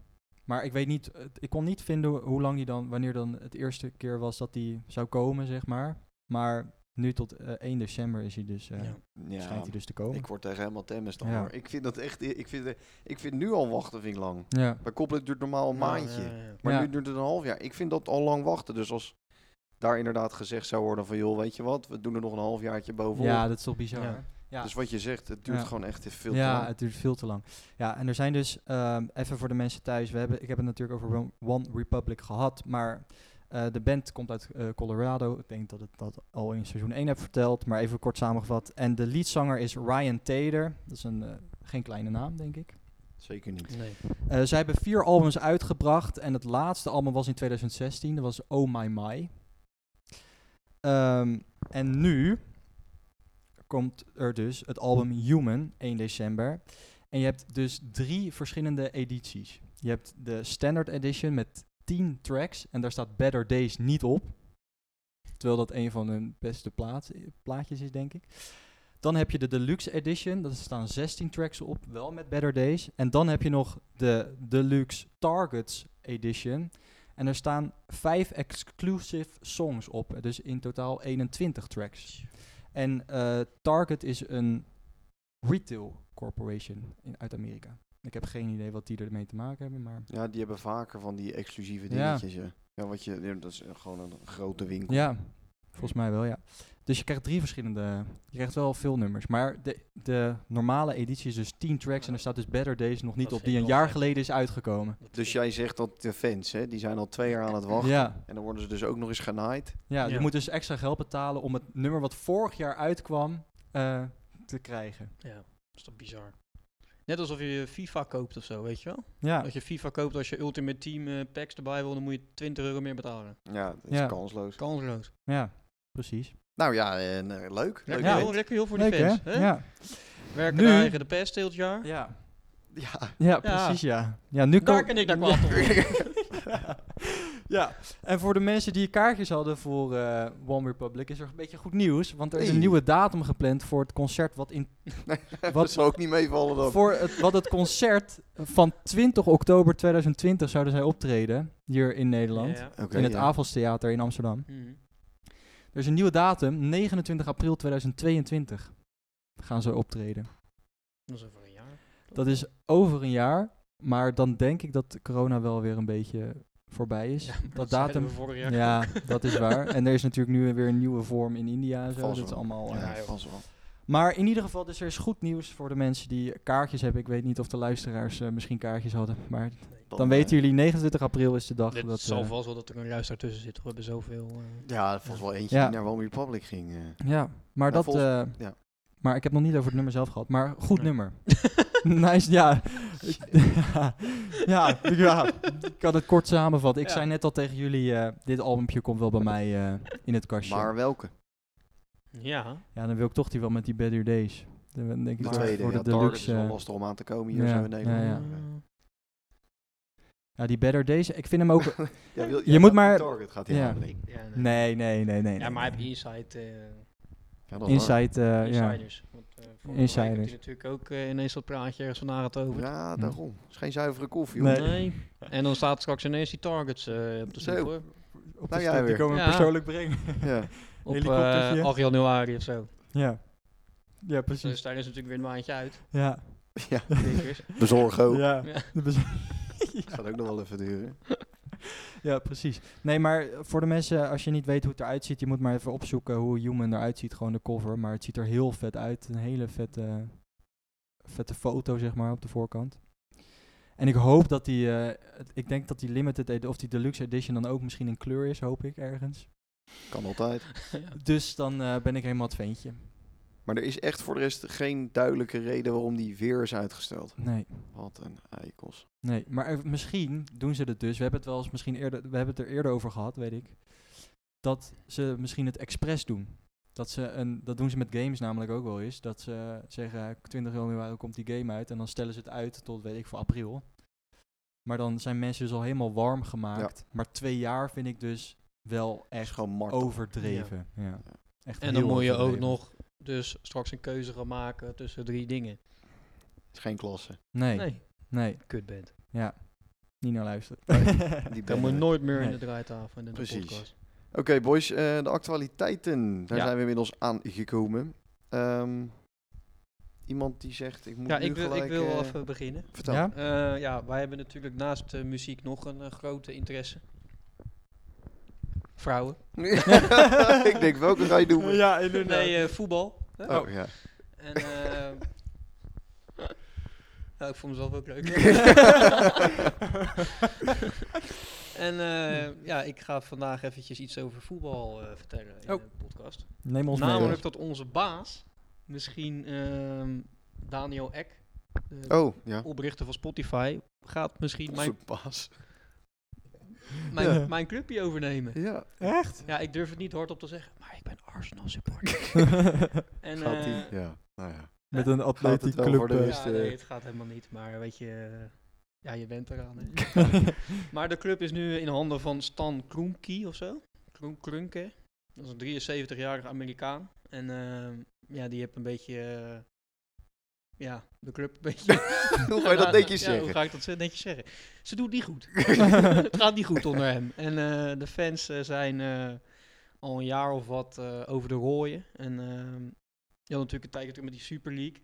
Maar ik weet niet, het- ik kon niet vinden ho- hoe lang die dan, wanneer dan het eerste keer was dat die zou komen, zeg maar. Maar nu tot eh, 1 december is hij dus, eh, Ja. schijnt hij dus te komen. ik word echt helemaal tennis dan Ja. hoor. Ik vind dat echt, ik vind, eh, ik vind nu al wachten vind ik lang. ja. Bij koppelen duurt normaal een Nou, maandje. ja, ja, ja. Maar Ja. nu duurt het een half jaar. Ik vind dat al lang wachten. Dus als daar inderdaad gezegd zou worden van... joh, weet je wat, we doen er nog een half jaartje bovenop. ja, dat is toch bizar. Ja. hè? ja. Dus wat je zegt, het duurt Ja. gewoon echt te veel ja, te lang. het duurt veel te lang. Ja, en er zijn dus, ehm, even voor de mensen thuis, we hebben, ik heb het natuurlijk over Ro- One Republic gehad, maar eh, de band komt uit eh, Colorado. Ik denk dat ik dat al in seizoen 1 heb verteld, maar even kort samengevat. En de leadzanger is Ryan Taylor. Dat is een, eh, geen kleine naam, denk ik. Zeker niet. Nee. Eh, zij hebben vier albums uitgebracht en het laatste album was in 2016. Dat was Oh My My. Ehm, en nu komt er dus het album Human, 1 december. En je hebt dus drie verschillende edities. Je hebt de Standard Edition met 10 tracks en daar staat Better Days niet op. Terwijl dat een van hun beste plaat, plaatjes is, denk ik. Dan heb je de Deluxe Edition, daar staan 16 tracks op, wel met Better Days. En dan heb je nog de Deluxe Targets Edition. En er staan 5 exclusive songs op, dus in totaal 21 tracks. En eh, Target is een retail corporation in, uit Amerika. Ik heb geen idee wat die ermee te maken hebben, maar... Ja, die hebben vaker van die exclusieve Ja. dingetjes. Ja, ja wat je, ja, dat is eh, gewoon een grote winkel. Ja, volgens mij wel, ja. Dus je krijgt drie verschillende... Je krijgt wel veel nummers. Maar de, de normale editie is dus 10 tracks. En er staat dus Better Days nog niet Dat op, vind die ik een wel jaar gek. geleden is uitgekomen. Dat Dus ik- jij zegt dat de fans, hè, die zijn al twee jaar aan het wachten. Ja, En dan worden ze dus ook nog eens genaaid. ja, je Ja. moet dus extra geld betalen om het nummer wat vorig jaar uitkwam eh, te krijgen. Ja, dat is toch bizar. Net alsof je FIFA koopt of zo, weet je wel? Ja, Als je FIFA koopt, als je Ultimate Team eh, packs erbij wil, dan moet je 20 euro meer betalen. Ja, dat is Ja. kansloos. Kansloos. ja precies. Nou ja, en, eh, leuk. leuk Ja. Lekker heel, event. lekker heel voor Leuk, die fans. hè? hè? Ja. Werken Nu- daar tegen de pest heel het jaar. Ja. ja. ja, precies, ja. Ja, nu Daar kan- kan ik daar Ja. kwaad <laughs> om. <laughs> ja, en voor de mensen die kaartjes hadden voor eh One Republic is er een beetje goed nieuws. Want er is een Hey. nieuwe datum gepland voor het concert. Wat, in, Dat Wat- zou ook niet meevallen dan. voor het, wat het concert van 20 oktober 2020 zouden zij optreden. Hier in Nederland. Ja. Oké, in het ja. Avals Theater in Amsterdam. Mhm. Er is een nieuwe datum, 29 april 2022 gaan ze optreden. Dat is over een jaar. Dat is over een jaar, maar dan denk ik dat corona wel weer een beetje voorbij is. maar dat zeiden datum we vorig jaar. Ja, dat is waar. En er is natuurlijk nu weer een nieuwe vorm in India en zo. Vast Dat is wel. allemaal. eh. Ja, Ja, joh. vast wel. Maar in ieder geval, dus er is goed nieuws voor de mensen die kaartjes hebben. Ik weet niet of de luisteraars eh, misschien kaartjes hadden. Maar dan, eh, weten jullie, 29 april is de dag. Dit dat, zal eh, vast wel dat er een luisteraar tussen zit. hoor. We hebben zoveel... eh, Ja, er was wel eentje Ja. die naar One Republic ging. eh. ja, maar Nou, dat. volgens- eh, ja. Maar ik heb nog niet over het nummer zelf gehad. Maar goed <laughs> Nee. nummer. nice, ja. Ik- ja. Ja, ja. Ik kan het kort samenvatten. Ik Ja. zei net al tegen jullie, eh, dit albumpje komt wel bij mij eh, in het kastje. Maar welke? Ja. Ja, dan wil ik toch die wel met die Better Days. Dan denk ik De maar tweede. voor Ja, de Target is deluxe. wel eh, lastig om aan te komen hier ja, zo in Nederland. ja. Maar, eh, Mm. ja, die Better Days. Ik vind hem <laughs> ook. jij wil- Je jij moet gaat maar- die Target gaat hij Ja. halen, denk ik. ja, nee, nee. nee, nee, nee. Ja, maar hij nee. heeft Inside... eh, Ja, dat is waar. Inside, eh, Insiders. Want, eh, vorige week had Insiders. hij natuurlijk ook eh, ineens dat praatje ergens van het over. Ja, Hm. daarom. Het is geen zuivere koffie. Nee. hoor. Nee. En dan staat straks ineens die targets eh, op de Zo. stoep hoor. ja. Op Nou, de jij stad, die weer. komen Ja. persoonlijk brengen. Ja. Op Helikoptertje. eh, 8 januari of zo. <laughs> ja. Ja, precies. Dus daar is natuurlijk weer een maandje <laughs> uit. Ja. ja. <laughs> Dikkers. Bezorgen ook. Ja. Ja. Dat is- Dat gaat ook nog wel even duren. ja, precies. Nee, maar voor de mensen, als je niet weet hoe het eruit ziet, je moet maar even opzoeken hoe Human eruit ziet, gewoon de cover. Maar het ziet er heel vet uit. Een hele vette, vette foto, zeg maar, op de voorkant. En ik hoop dat die, eh, het- ik denk dat die limited edi- of die deluxe edition dan ook misschien in kleur is, hoop ik ergens. Kan <laughs> altijd. Ja. Dus dan eh, ben ik helemaal het veentje. Maar er is echt voor de rest geen duidelijke reden waarom die weer is uitgesteld. Nee, Wat een eikels. nee. Maar er- misschien doen ze het dus. We hebben het wel eens misschien eerder, we hebben het er eerder over gehad, weet ik. Dat ze misschien het expres doen. Dat, ze een, dat doen ze met games namelijk ook wel eens. Dat ze zeggen, eh, 20 januari komt die game uit. En dan stellen ze het uit tot, weet ik, voor april. Maar dan zijn mensen dus al helemaal warm gemaakt. Maar twee jaar vind ik dus wel Echt echt gewoon martel. overdreven. Ja. Echt En dan heel moet je ook overdreven. nog dus straks een keuze gaan maken tussen drie dingen. Het is geen klasse. Nee, nee, Nee, kut bent. ja. Niet naar luisteren. <laughs> Die Dat ben moet je. nooit meer in Nee. de draaitafel en in de Precies. podcast. Oké, boys, eh, de actualiteiten. Daar Ja. zijn we inmiddels aangekomen. Ehm iemand die zegt, ik moet Ja, nu ik wil, gelijk... ik wil wel eh, even beginnen. Vertel. Ja? Eh, ja, wij hebben natuurlijk naast eh, muziek nog een eh, grote interesse. Vrouwen. <laughs> <laughs> <laughs> ik denk, welke ga je doen? Ja, Nee, eh, voetbal. Hè? Oh, ja. En, eh, <laughs> nou, ik vond mezelf ook <laughs> leuk. en eh, ja, ik ga vandaag eventjes iets over voetbal eh, vertellen in Oh. de podcast. Neem ons mee. Namelijk dat onze baas, misschien ehm, Daniel Eck, eh, de Oh, ja. oprichter van Spotify, gaat misschien Onze mijn, baas. mijn, Ja. mijn clubje overnemen. Ja. <laughs> Ja, ik durf het niet hardop te zeggen, maar ik ben <laughs> Arsenal supporter. en, Gaat eh, die? Ja. Nou ja. Met <laughs> een atletiek wel voor club. de eh. rest? Ja, eh, nee, het gaat helemaal niet. Maar weet je, eh, ja, je bent eraan. Hè. <laughs> maar de club is nu in handen van Stan Kroenke of zo. Kroen- Kroenke. Dat is een 73-jarige Amerikaan. En eh, ja, die heeft een beetje... eh, ja, de club een beetje... <laughs> Hoe ga je dat <laughs> Ja, netjes ja, zeggen? hoe ga ik dat ze- netjes zeggen? Ze doet niet goed. <laughs> het gaat niet goed onder hem. En eh, de fans eh, zijn eh, al een jaar of wat eh, over de rooien. En ehm je had natuurlijk een tijdje terug met die Super League.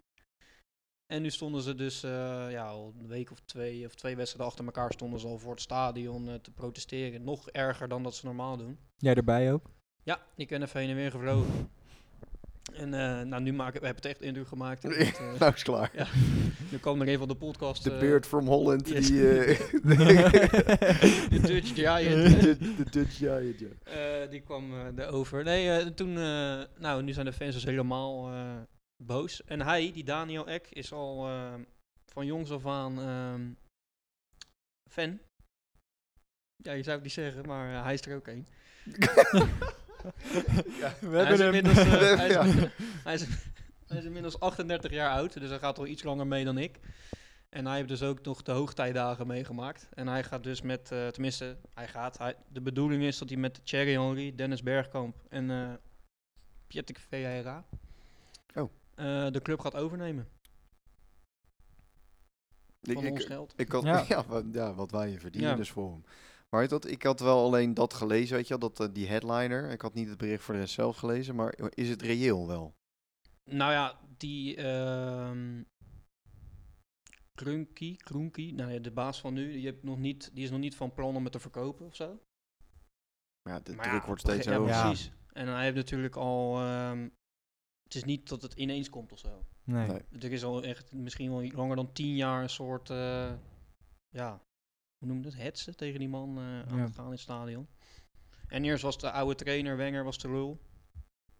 En nu stonden ze dus eh, ja, al een week of twee of twee wedstrijden achter elkaar stonden ze al voor het stadion eh, te protesteren. Nog erger dan dat ze normaal doen. <laughs> Jij erbij <laughs> ook? Ja, ik ben even heen en weer gevlogen. En eh, nou, nu maken, we hebben het echt indruk <laughs> gemaakt. hè, want, eh, Nou is klaar. ja, nu kwam er een van de podcast. De eh, Beard from Holland. yes. Die, <laughs> eh, De <laughs> Dutch Giant. de, de, de Dutch Giant, ja. Eh, die kwam eh erover. Nee, eh, toen, eh, nou, nu zijn de fans dus helemaal eh, boos. En hij, die Daniel Eck, is al eh, van jongs af aan ehm, fan. Ja, je zou het niet zeggen, maar eh, hij is er ook één. We Hij is, inmiddels, <laughs> eh, hij, is, Ja. hij, is, hij is inmiddels 38 jaar oud, dus hij gaat al iets langer mee dan ik. En hij heeft dus ook nog de hoogtijdagen meegemaakt. En hij gaat dus met, eh, tenminste, hij gaat. Hij, de bedoeling is dat hij met Thierry Henry, Dennis Bergkamp en eh Pietik Vieira Oh. eh, de club gaat overnemen Ik, van ons ik, geld. ik had, <laughs> ja. Ja. wat, ja, wat wij verdienen Ja. dus voor hem. Maar weet je wat, ik had wel alleen dat gelezen, weet je wel, dat, eh, die headliner. Ik had niet het bericht voor de rest zelf gelezen, maar is het reëel wel? Nou ja, die ehm Krunky, Krunky, nou ja, de baas van nu, die, hebt nog niet, die is nog niet van plan om het te verkopen of zo. Maar ja, de Maar druk <laughs> ja, wordt steeds ja, hoger. Ja. precies. En hij heeft natuurlijk al. ehm, het is niet dat het ineens komt of zo. Nee. Nee. Er is al echt misschien wel langer dan tien jaar een soort. eh, ja, hoe noem je dat? Hetsen tegen die man eh aan Ja. het gaan in het stadion. En eerst was de oude trainer Wenger was de lul.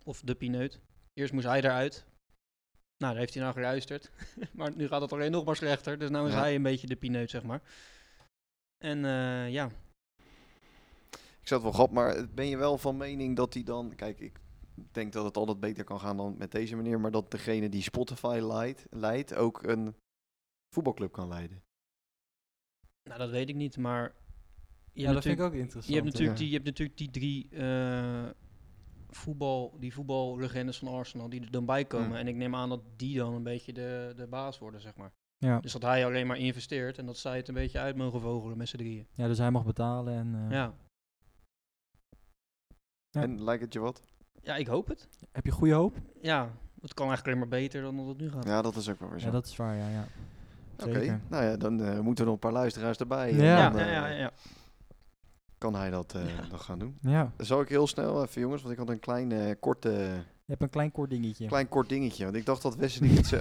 Of de pineut. Eerst moest hij eruit. Nou, daar heeft hij naar geluisterd. <laughs> maar nu gaat het alleen nog maar slechter. Dus nou is Ja. hij een beetje de pineut, zeg maar. En eh, ja, Ik zat wel grap, maar het- ben je wel van mening dat die dan... Kijk, ik denk dat het altijd beter kan gaan dan met deze manier, maar dat degene die Spotify leidt, leidt ook een voetbalclub kan leiden. nou dat weet ik niet. Maar Ja, dat vind ik ook interessant. Je hebt natuurlijk, ja. die, je hebt natuurlijk die drie eh, voetbal, die voetballegendes van Arsenal die er dan bij komen. Hmm. En ik neem aan dat die dan een beetje de, de baas worden, zeg maar. Ja. Dus dat hij alleen maar investeert en dat zij het een beetje uit mogen vogelen met z'n drieën. ja, dus hij mag betalen en... eh, Ja. Ja. En lijkt het je wat? ja, ik hoop het. Heb je goede hoop? Ja, het kan eigenlijk alleen maar beter dan dat het nu gaat. Ja, dat is ook wel weer zo. Ja, dat is waar, ja. ja. Oké, Zeker. nou ja, dan eh, moeten er nog een paar luisteraars erbij. en Ja. dan, ja, eh, ja, ja. Kan hij dat eh, Ja. dan gaan doen? Ja, Zal ik heel snel even, jongens, want ik had een klein, eh, kort, eh, je hebt een klein kort dingetje. <laughs> klein kort dingetje. Want ik dacht dat Wesley iets... eh,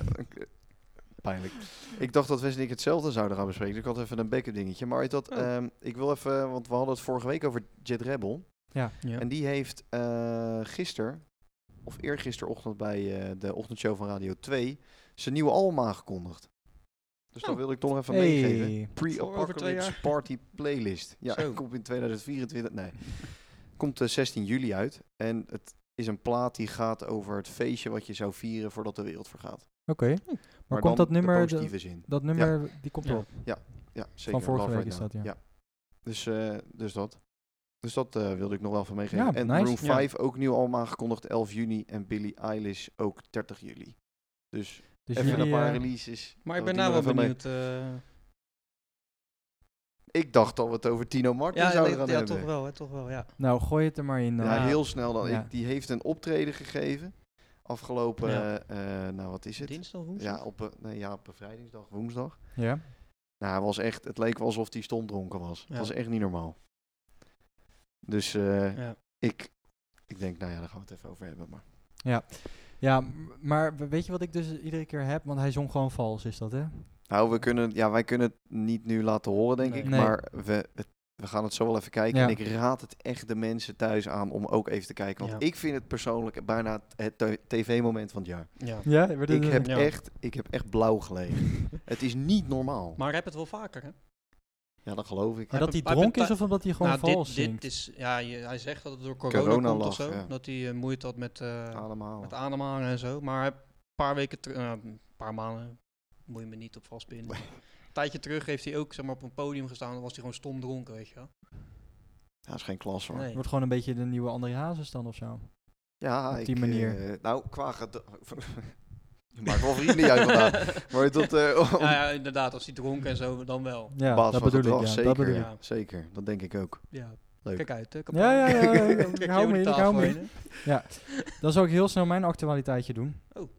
Pijnlijk. Ik dacht dat Wes en ik hetzelfde zouden gaan bespreken. Dus ik had even een backup dingetje. Maar weet je dat, Oh. ehm, ik wil even, want we hadden het vorige week over Jet Rebel. Ja. En die heeft eh gisteren, of eergisterochtend bij eh, de ochtendshow van Radio 2, zijn nieuwe album aangekondigd. Dus dat Oh. wil ik toch nog even Hey. meegeven. Voor over twee Pre-Apocalypse jaar. Party Playlist. Ja, <laughs> Zo. komt in 2024. Nee. Komt eh, 16 juli uit. En het is een plaat die gaat over het feestje wat je zou vieren voordat de wereld vergaat. Oké. Maar, Hm. dan komt dat nummer, In de- positieve zin. dat nummer, die komt Ja. erop. Ja, zeker. vorige Love week Right is Now. dat, ja. Dus, eh, dus dat. Dus dat eh, wilde ik nog wel van meegeven. Ja, en nice. Room Ja. 5 ook nieuw album aangekondigd 11 juni. En Billie Eilish ook 30 juli. Dus, Dus even jullie, een paar eh, releases. Maar ik dat ben die nou nog wel even mee- benieuwd. eh, Ik dacht al wat over Tino Martin ja, ja, zouden ja, gaan hebben. toch wel, hè, toch wel, ja. nou, gooi het er maar in. Ja, Nou, eh. heel snel dan. Ja. Ik, die heeft een optreden gegeven. Afgelopen, Ja. eh, eh, nou wat is het? Dinsdag, woensdag? Ja, op, een- nee, ja, op bevrijdingsdag, woensdag. ja. Nou, hij was echt, het leek wel alsof hij stond dronken was. Ja. Dat was echt niet normaal. Dus eh, Ja. ik, ik denk, nou ja, daar gaan we het even over hebben. Maar. Ja, m- maar w- weet je wat ik dus iedere keer heb? Want hij zong gewoon vals, is dat hè? Nou, we kunnen, ja, wij kunnen het niet nu laten horen, denk Nee. ik. Nee. Maar we, het- we gaan het zo wel even kijken. Ja. En ik raad het echt de mensen thuis aan om ook even te kijken. Want Ja. ik vind het persoonlijk bijna het t- tv-moment van het jaar. Ja. Ja, Ik <laughs> heb, Ja. echt, ik heb echt blauw gelegen. het is niet normaal. Maar hij hebt het wel vaker, hè? Ja, dat geloof ik. Maar dat heb hij een- hij heeft dronken is een of omdat hij gewoon nou, dit- vals dit, zingt? is... Ja, je- hij zegt dat het door corona, Corona komt lag, of zo. ja. Oh. Dat hij eh, moeite had met, eh, Allemaal. met ademhalen en zo. Maar hij- een paar weken terug... een paar maanden moet je me niet op vastbinden. Nee. Een tijdje terug heeft hij ook zeg maar, op een podium gestaan. Dan was hij gewoon stom dronken, weet je wel. Ja, dat is geen klas hoor. Nee. Wordt gewoon een beetje de nieuwe André Hazes dan of zo. Ja, Op ik, die manier. eh, nou, qua gedrag... <laughs> Je maakt wel <laughs> vrienden uit vandaag. <laughs> Maar dat... eh, om- Ja, ja, inderdaad. Als hij dronken en zo, dan wel. Ja, baas dat van bedoel ik. gedrag, Ja, zeker. dat bedoel ik. ik. Zeker, dat denk ik ook. Ja. Leuk. <laughs> Kijk uit, hè. Ja, ja, ja. ja, ja, <laughs> Kijk Ik je hou over me in, de ik hou tafel me heen, in. hè. Dan zou ik heel snel mijn actualiteitje doen. Oh.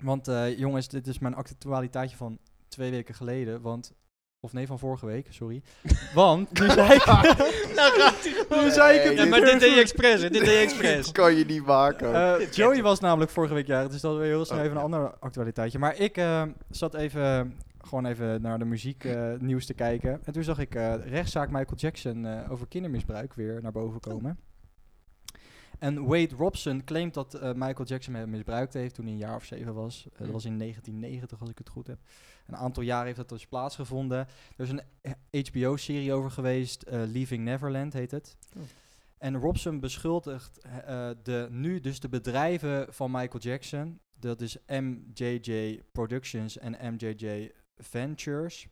Want eh, jongens, dit is mijn actualiteitje van twee weken geleden. Want, of nee, van vorige week, sorry. <laughs> Want, <laughs> nu zei <laughs> ik... Nou gaat hij gewoon. <laughs> Nu zei ik Nee, het dit- een maar keer dit deed je goed. expres, hè? <laughs> Dit deed je expres. Dat kan je niet maken. Eh, Joey was namelijk vorige week jarig, dus dat we heel snel Oh, even een ja. andere actualiteitje. Maar ik eh, zat even, gewoon even naar de muzieknieuws nieuws te kijken. En toen zag ik eh, rechtszaak Michael Jackson eh, over kindermisbruik weer naar boven Oh. komen. En Wade Robson claimt dat eh, Michael Jackson hem misbruikt heeft toen hij een jaar of zeven was. Eh, dat was in 1990, als ik het goed heb. Een aantal jaren heeft dat dus plaatsgevonden. Er is een eh, HBO-serie over geweest, eh, Leaving Neverland heet het. En Robson beschuldigt eh, eh, de, nu dus de bedrijven van Michael Jackson. Dat is MJJ Productions en MJJ Ventures.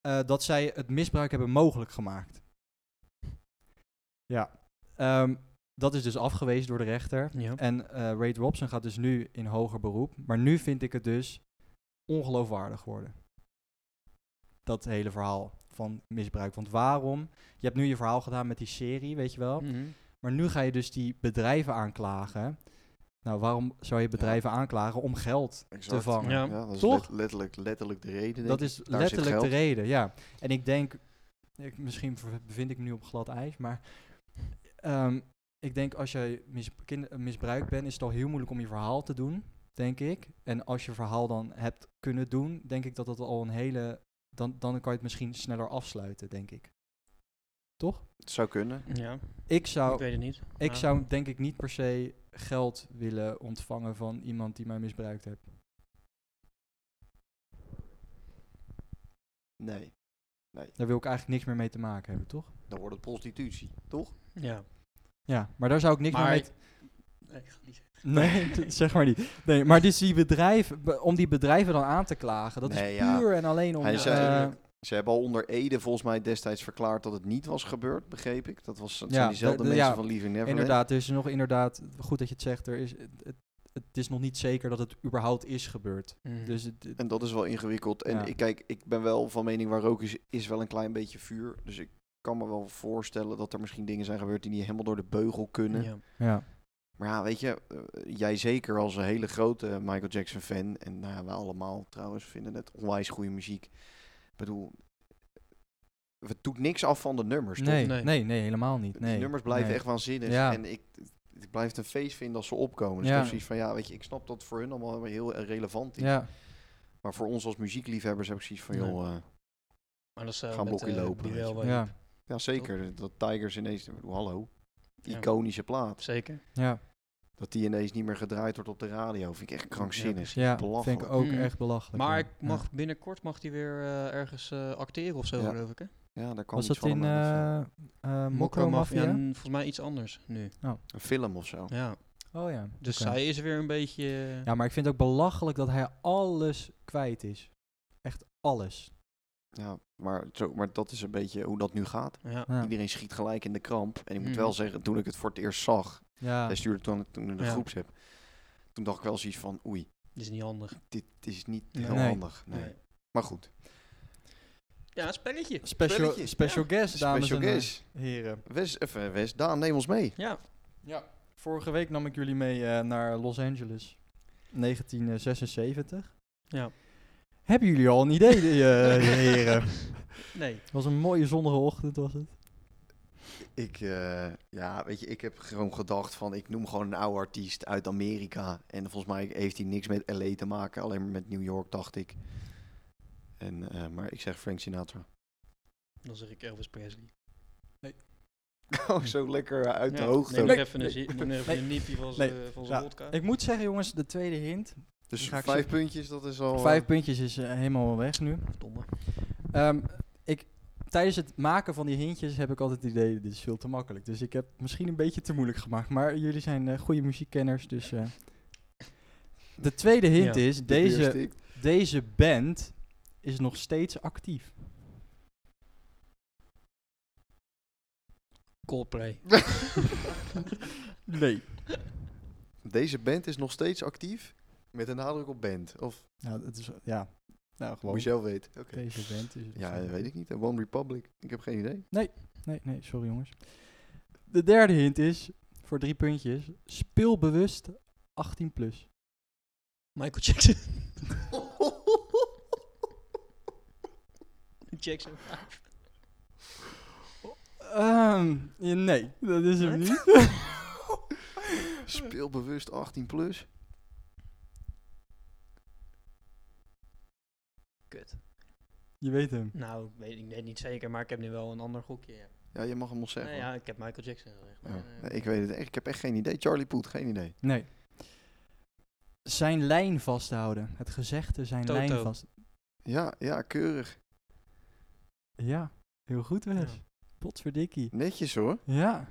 eh, dat zij het misbruik hebben mogelijk gemaakt. Ja. ehm, dat is dus afgewezen door de rechter. Ja. En eh Ray Robson gaat dus nu in hoger beroep. Maar nu vind ik het dus ongeloofwaardig worden. Dat hele verhaal van misbruik. Want waarom? Je hebt nu je verhaal gedaan met die serie, weet je wel. Mhm. Maar nu ga je dus die bedrijven aanklagen. Nou, waarom zou je bedrijven aanklagen om geld? Exact. vangen. Ja. dat is Toch? let- letterlijk, letterlijk de reden. denk dat ik. is zit letterlijk de geld. reden, ja. En ik denk, ik, misschien ver- bevind ik me nu op glad ijs, maar ehm, ik denk als je mis, kind- misbruikt bent, is het al heel moeilijk om je verhaal te doen, denk ik. En als je verhaal dan hebt kunnen doen, denk ik dat dat al een hele, dan, dan kan je het misschien sneller afsluiten, denk ik. Toch? Het zou kunnen. Ja, Ik ik zou, weet het niet. Nou, ik Ja. zou denk ik niet per se geld willen ontvangen van iemand die mij misbruikt heeft. Nee, Daar wil ik eigenlijk niks meer mee te maken hebben, toch? dan wordt het prostitutie, toch? Ja. Ja, maar daar zou ik niks meer Maar- mee Nee, ik ga het niet zeggen. <laughs> Nee, d- zeg maar niet. Nee, maar dus die bedrijven, be- om die bedrijven dan aan te klagen, dat Nee, is ja. puur en alleen om... Hij eh, zei- Ze hebben al onder Ede volgens mij destijds verklaard dat het niet was gebeurd, begreep ik. Dat, was, dat Ja, zijn diezelfde de- de- mensen ja, van Leaving Neverland. inderdaad, er is nog inderdaad, goed dat je het zegt, er is, het, het- het is nog niet zeker dat het überhaupt is gebeurd. Mhm. Dus het, het- En dat is wel ingewikkeld. En Ja. ik, kijk, ik ben wel van mening waar rook is, is wel een klein beetje vuur. Dus ik kan me wel voorstellen dat er misschien dingen zijn gebeurd die niet helemaal door de beugel kunnen. Ja. ja. Maar ja, weet je, eh, jij zeker als een hele grote Michael Jackson fan. En nou ja, wij allemaal trouwens vinden het onwijs goede muziek. Ik bedoel, het doet niks af van de nummers. toch? nee, Nee. nee, nee, helemaal niet. Die Nee. nummers blijven Nee. echt waanzinnig. Ja. En ik, ik blijf het een feest vinden als ze opkomen. Dus Ja. ik heb zoiets van, ja, weet je, ik snap dat het voor hun allemaal heel relevant is. Ja, Maar voor ons als muziekliefhebbers heb ik zoiets van, Nee. joh, eh, Maar dat is eh, Gaan met, blokkie eh, lopen, weet Burel je. wel, Ja, ja zeker, dat Tigers ineens, ik bedoel, hallo, Ja. iconische plaat. Zeker. ja, Dat die ineens niet meer gedraaid wordt op de radio, vind ik echt krankzinnig. ja. Vind ik Belachelijk. ook Mm. echt belachelijk. Maar ja. ik mag, binnenkort mag hij weer eh, ergens eh, acteren of zo, Ja. geloof ik. Hè? Ja, daar kwam Was iets dat van in hem aan, of, eh, eh eh, Mokro Mafia, Mafia? n- volgens mij iets anders nu. een film of zo. Ja. Oh ja. Dus oké. zij is weer een beetje. eh, Ja, maar ik vind het ook belachelijk dat hij alles kwijt is. Echt alles. Ja, maar, zo, maar dat is een beetje hoe dat nu gaat. ja. Ja. Hmm. Iedereen schiet gelijk in de kramp. En ik moet Mm. wel zeggen, toen ik het voor het eerst zag, Ja. hij stuurde toen, toen in de Ja. groepsapp, toen dacht ik wel zoiets van, oei, Dat is niet handig. dit is niet Nee. heel Nee. handig. Nee. Maar goed, Ja, een spelletje. Special, Spelletje. special guest, dames special en guest. heren. Wes, of, eh, Wes, Daan, neem ons mee. Ja. Vorige week nam ik jullie mee eh, naar Los Angeles, 1976. Ja. Hebben jullie al een idee, de, eh, <laughs> heren? Nee. Het was een mooie zonnige ochtend, was het? Ik, eh, ja, weet je, ik heb gewoon gedacht van, ik noem gewoon een oude artiest uit Amerika. En volgens mij heeft hij niks met L.A. te maken, alleen maar met New York, dacht ik. En, eh, maar ik zeg Frank Sinatra. <laughs> Dan zeg ik Elvis Presley. Oh, zo lekker uit de Ja, hoogte. Neem Nee. nog even een, zi- neem even een niepje van zijn eh, van zijn Ja, vodka. Ik moet zeggen, jongens, de tweede hint. Dus Ga ik vijf zo- puntjes, dat is al... Vijf eh, puntjes is eh, helemaal weg nu. Domme. Ehm, ik, tijdens het maken van die hintjes heb ik altijd het idee, dit is veel te makkelijk. Dus ik heb misschien een beetje te moeilijk gemaakt. Maar jullie zijn eh, goede muziekkenners, dus... eh. De tweede hint Ja, is, de deze, eerste ik. Deze band is nog steeds actief. Coldplay. Nee. Deze band is nog steeds actief, met een nadruk op band. Of Nou, dat is, ja. Nou, gewoon. moet je zelf weten. Oké. Deze band is. Ja, dat weet ik niet. One Republic, ik heb geen idee. Nee, nee, sorry jongens. De derde hint is, voor drie puntjes, speel bewust 18 plus. Michael Jackson. <laughs> Jackson. Ehm, ja, nee, dat is hem <laughs> niet. Speel bewust 18 plus. Kut. Je weet hem. Nou, weet ik weet niet zeker, maar ik heb nu wel een ander gokje. Ja. Ja, je mag hem nog zeggen. Nee, ja, ik heb Michael Jackson gezegd. hoor. maar, Ja. eh, Nee, ik weet het echt. Ik heb echt geen idee. Charlie Poet, geen idee. Nee. Zijn lijn vasthouden. Het gezegde zijn Toto. lijn vast. Ja, ja, keurig. Ja, heel goed Wes. Ja. Potverdikkie. Netjes hoor. Ja,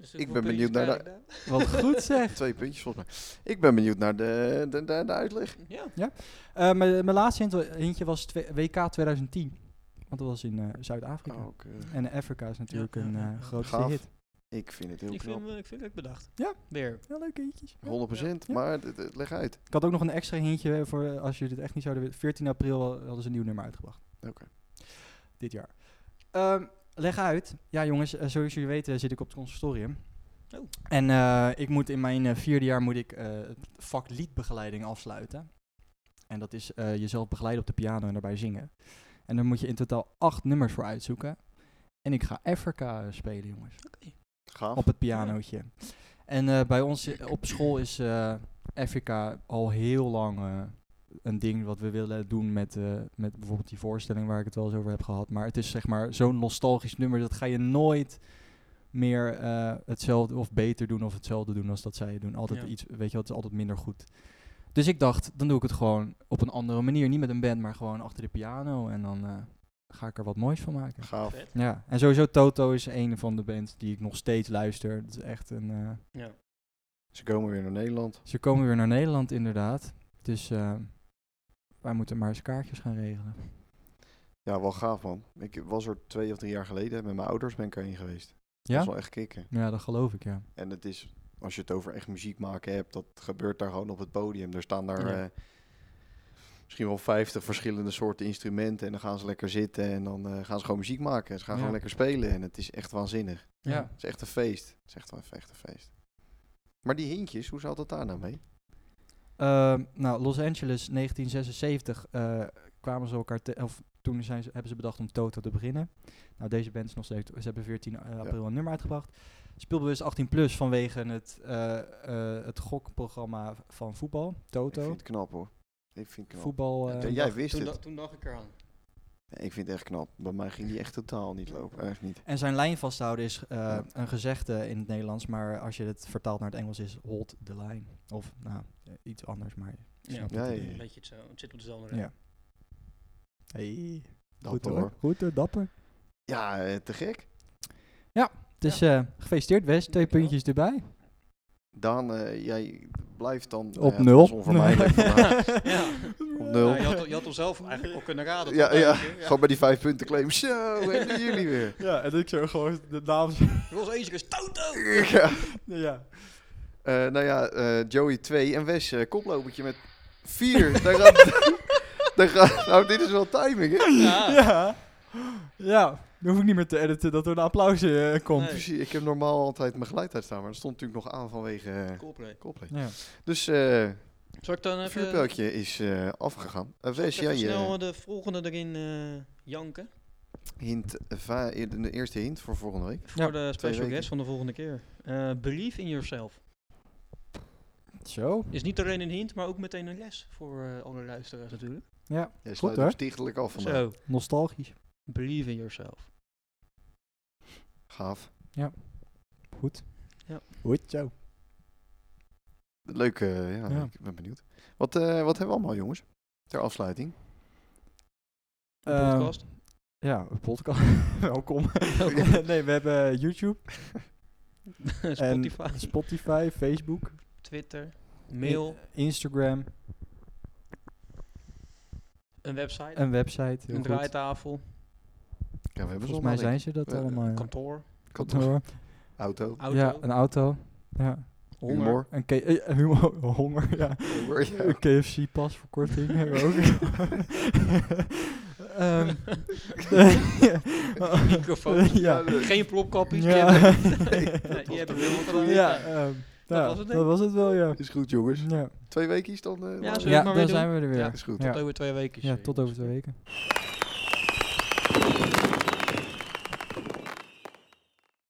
dus Ik hoeveel ben benieuwd puntjes naar krijg ik wat goed zeg. Twee puntjes volgens mij. Ik ben benieuwd naar de, de, de, de uitleg. daar? Ja. Eh, mijn mijn laatste hint, hintje was twe- WK 2010. Want dat was in eh, Zuid-Afrika. Oh, keurig. En Afrika is natuurlijk Ja, ja, een ja, eh, ja. grootste Gaaf. hit. Ik vind het heel Ik vind, knap. 100%. hem, eh, ik vind het leuk bedacht. Ja. Weer. Ja, leuke hintjes. Ja. Ja. Maar d- d- leg uit. Ik had ook nog een extra hintje eh, voor eh, als jullie dit echt niet zouden weten. 14 april hadden ze een nieuw nummer uitgebracht. Oké. Dit jaar. Ehm, leg uit. Ja jongens, eh, zoals jullie weten zit ik op het conservatorium. Oh. En eh, ik moet in mijn eh, vierde jaar moet ik eh, het vak liedbegeleiding afsluiten. En dat is eh, jezelf begeleiden op de piano en daarbij zingen. En daar moet je in totaal acht nummers voor uitzoeken. En ik ga Afrika spelen, jongens. Gaaf. Op het pianootje. En eh, bij ons i- op school is eh Afrika al heel lang eh, een ding wat we willen doen met, eh, met bijvoorbeeld die voorstelling waar ik het wel eens over heb gehad. Maar het is zeg maar zo'n nostalgisch nummer dat ga je nooit meer eh, hetzelfde of beter doen of hetzelfde doen als dat zij het doen. Altijd Ja. iets, weet je, wel, het is altijd minder goed. Dus ik dacht, dan doe ik het gewoon op een andere manier. Niet met een band, maar gewoon achter de piano. En dan eh, ga ik er wat moois van maken. Gaaf. Vet. Ja, en sowieso Toto is een van de bands die ik nog steeds luister. Het is echt een, eh, Ja. Ze komen weer naar Nederland. ze komen weer naar Nederland inderdaad. Dus eh, wij moeten maar eens kaartjes gaan regelen. Ja, wel gaaf man. Ik was er twee of drie jaar geleden met mijn ouders ben ik erheen geweest. Dat Ja? is wel echt kicken. Ja, dat geloof ik, ja. En het is, als je het over echt muziek maken hebt, dat gebeurt daar gewoon op het podium. Er staan daar Ja. eh, misschien wel 50 verschillende soorten instrumenten. En dan gaan ze lekker zitten en dan eh, gaan ze gewoon muziek maken. Ze gaan Ja. gewoon lekker spelen en het is echt waanzinnig. Ja. Het is echt een feest. Het is echt wel echt een feest. Maar die hintjes, hoe zat dat daar nou mee? Ehm, nou, Los Angeles 1976 eh, kwamen ze elkaar te- of toen zijn ze, hebben ze bedacht om Toto te beginnen. Nou, deze band is nog steeds, ze hebben 14 april een nummer uitgebracht. Speelbewust 18 plus vanwege het, eh, eh, het gokprogramma van voetbal, Ik vind Toto. het knap hoor. Ik vind het knap. Voetbal. eh, Ja, jij wist toen, het. da- toen dacht ik eraan. Ik vind het echt knap. Bij mij ging die echt totaal niet lopen. Echt niet. En zijn lijn vasthouden is eh, een gezegde in het Nederlands, maar als je het vertaalt naar het Engels is hold the line. Of nou, eh, iets anders, maar je Ja. snapt Ja, het ja, idee. Een beetje zo. Het zit op dezelfde rij. Ja. Hey, goed Dapper, hoor. Goed hoor, dapper. Ja, eh, te gek. Dus eh gefeliciteerd Wes, twee Dankjewel. puntjes erbij. Daan, eh, jij blijft dan... nou Op <laughs> ja, dat nul. was <laughs> onvermijdelijk vandaag. Op nul. Ja, Nou, je, had, al- je had hem zelf eigenlijk al kunnen raden. Ja, toch? ja. Eigenlijk, Gewoon bij die vijf punten claim. Zo, hebben jullie <laughs> weer. Ja, en ik zo gewoon de <laughs> naam. Ross Ezer is Toto! <laughs> ja. ja. Eh, nou ja, eh, Joey 2 en Wes eh, koplopertje met <laughs> 4. Daar gaat... <laughs> Daar gaat... Nou, dit is wel timing, hè? Ja, Ja. Ja, dan hoef ik niet meer te editen dat er een applaus eh, komt. Nee. Precies. Ik heb normaal altijd mijn geluid uitstaan, maar dat stond natuurlijk nog aan vanwege eh cool play. koploper. Ja. Dus eh Zal ik dan het even, vuurpijltje is eh, afgegaan. Eh, zal ik Wes, even jij eh, snel de volgende erin eh, janken? hint, eh, va- de eerste hint voor volgende week. Voor de special weken. guest van de volgende keer. Eh, believe in yourself. Zo. Is niet alleen een hint, maar ook meteen een les voor eh, alle luisteraars natuurlijk. Ja, Jij Klopt, sluit hoor. hem stichtelijk af vandaag. Zo, nostalgisch. believe in <laughs> yourself. Gaaf. Goed. Ja. Goed zo. Leuk, eh, ja, Ja. ik ben benieuwd. Wat, eh, wat hebben we allemaal, jongens? Ter afsluiting. Ehm, podcast. Ja, een podcast. <laughs> Welkom. <laughs> nee, we hebben eh, YouTube, Spotify, en Spotify, Facebook, Twitter, mail, I- Instagram, een website, een website. Heel een goed. draaitafel, Ja, we hebben ze Volgens allemaal. mij denk zijn ik. ze dat Eh, allemaal. ja. kantoor, Kantoor, auto, auto, Ja, een auto. Ja. honger. <laughs> humor. Een K- eh, <laughs> humor- honger, ja. Humor, ja. Een KFC-pas voor <laughs> korting hebben we ook. Ehm, ja. Microfoon. <laughs> <laughs> Ja. Geen plopkapjes. die Ja. hebben- nee, die hebben we helemaal gedaan. Ja, ehm, ja, was het, denk dat ik. was het wel, ja. Is goed, jongens. Ja, Twee weken is dan. eh, Ja, live? zullen we ja maar dan weer doen? zijn we er weer. Ja. Is goed. Ja. Tot over twee weken. Ja, tot over twee weken.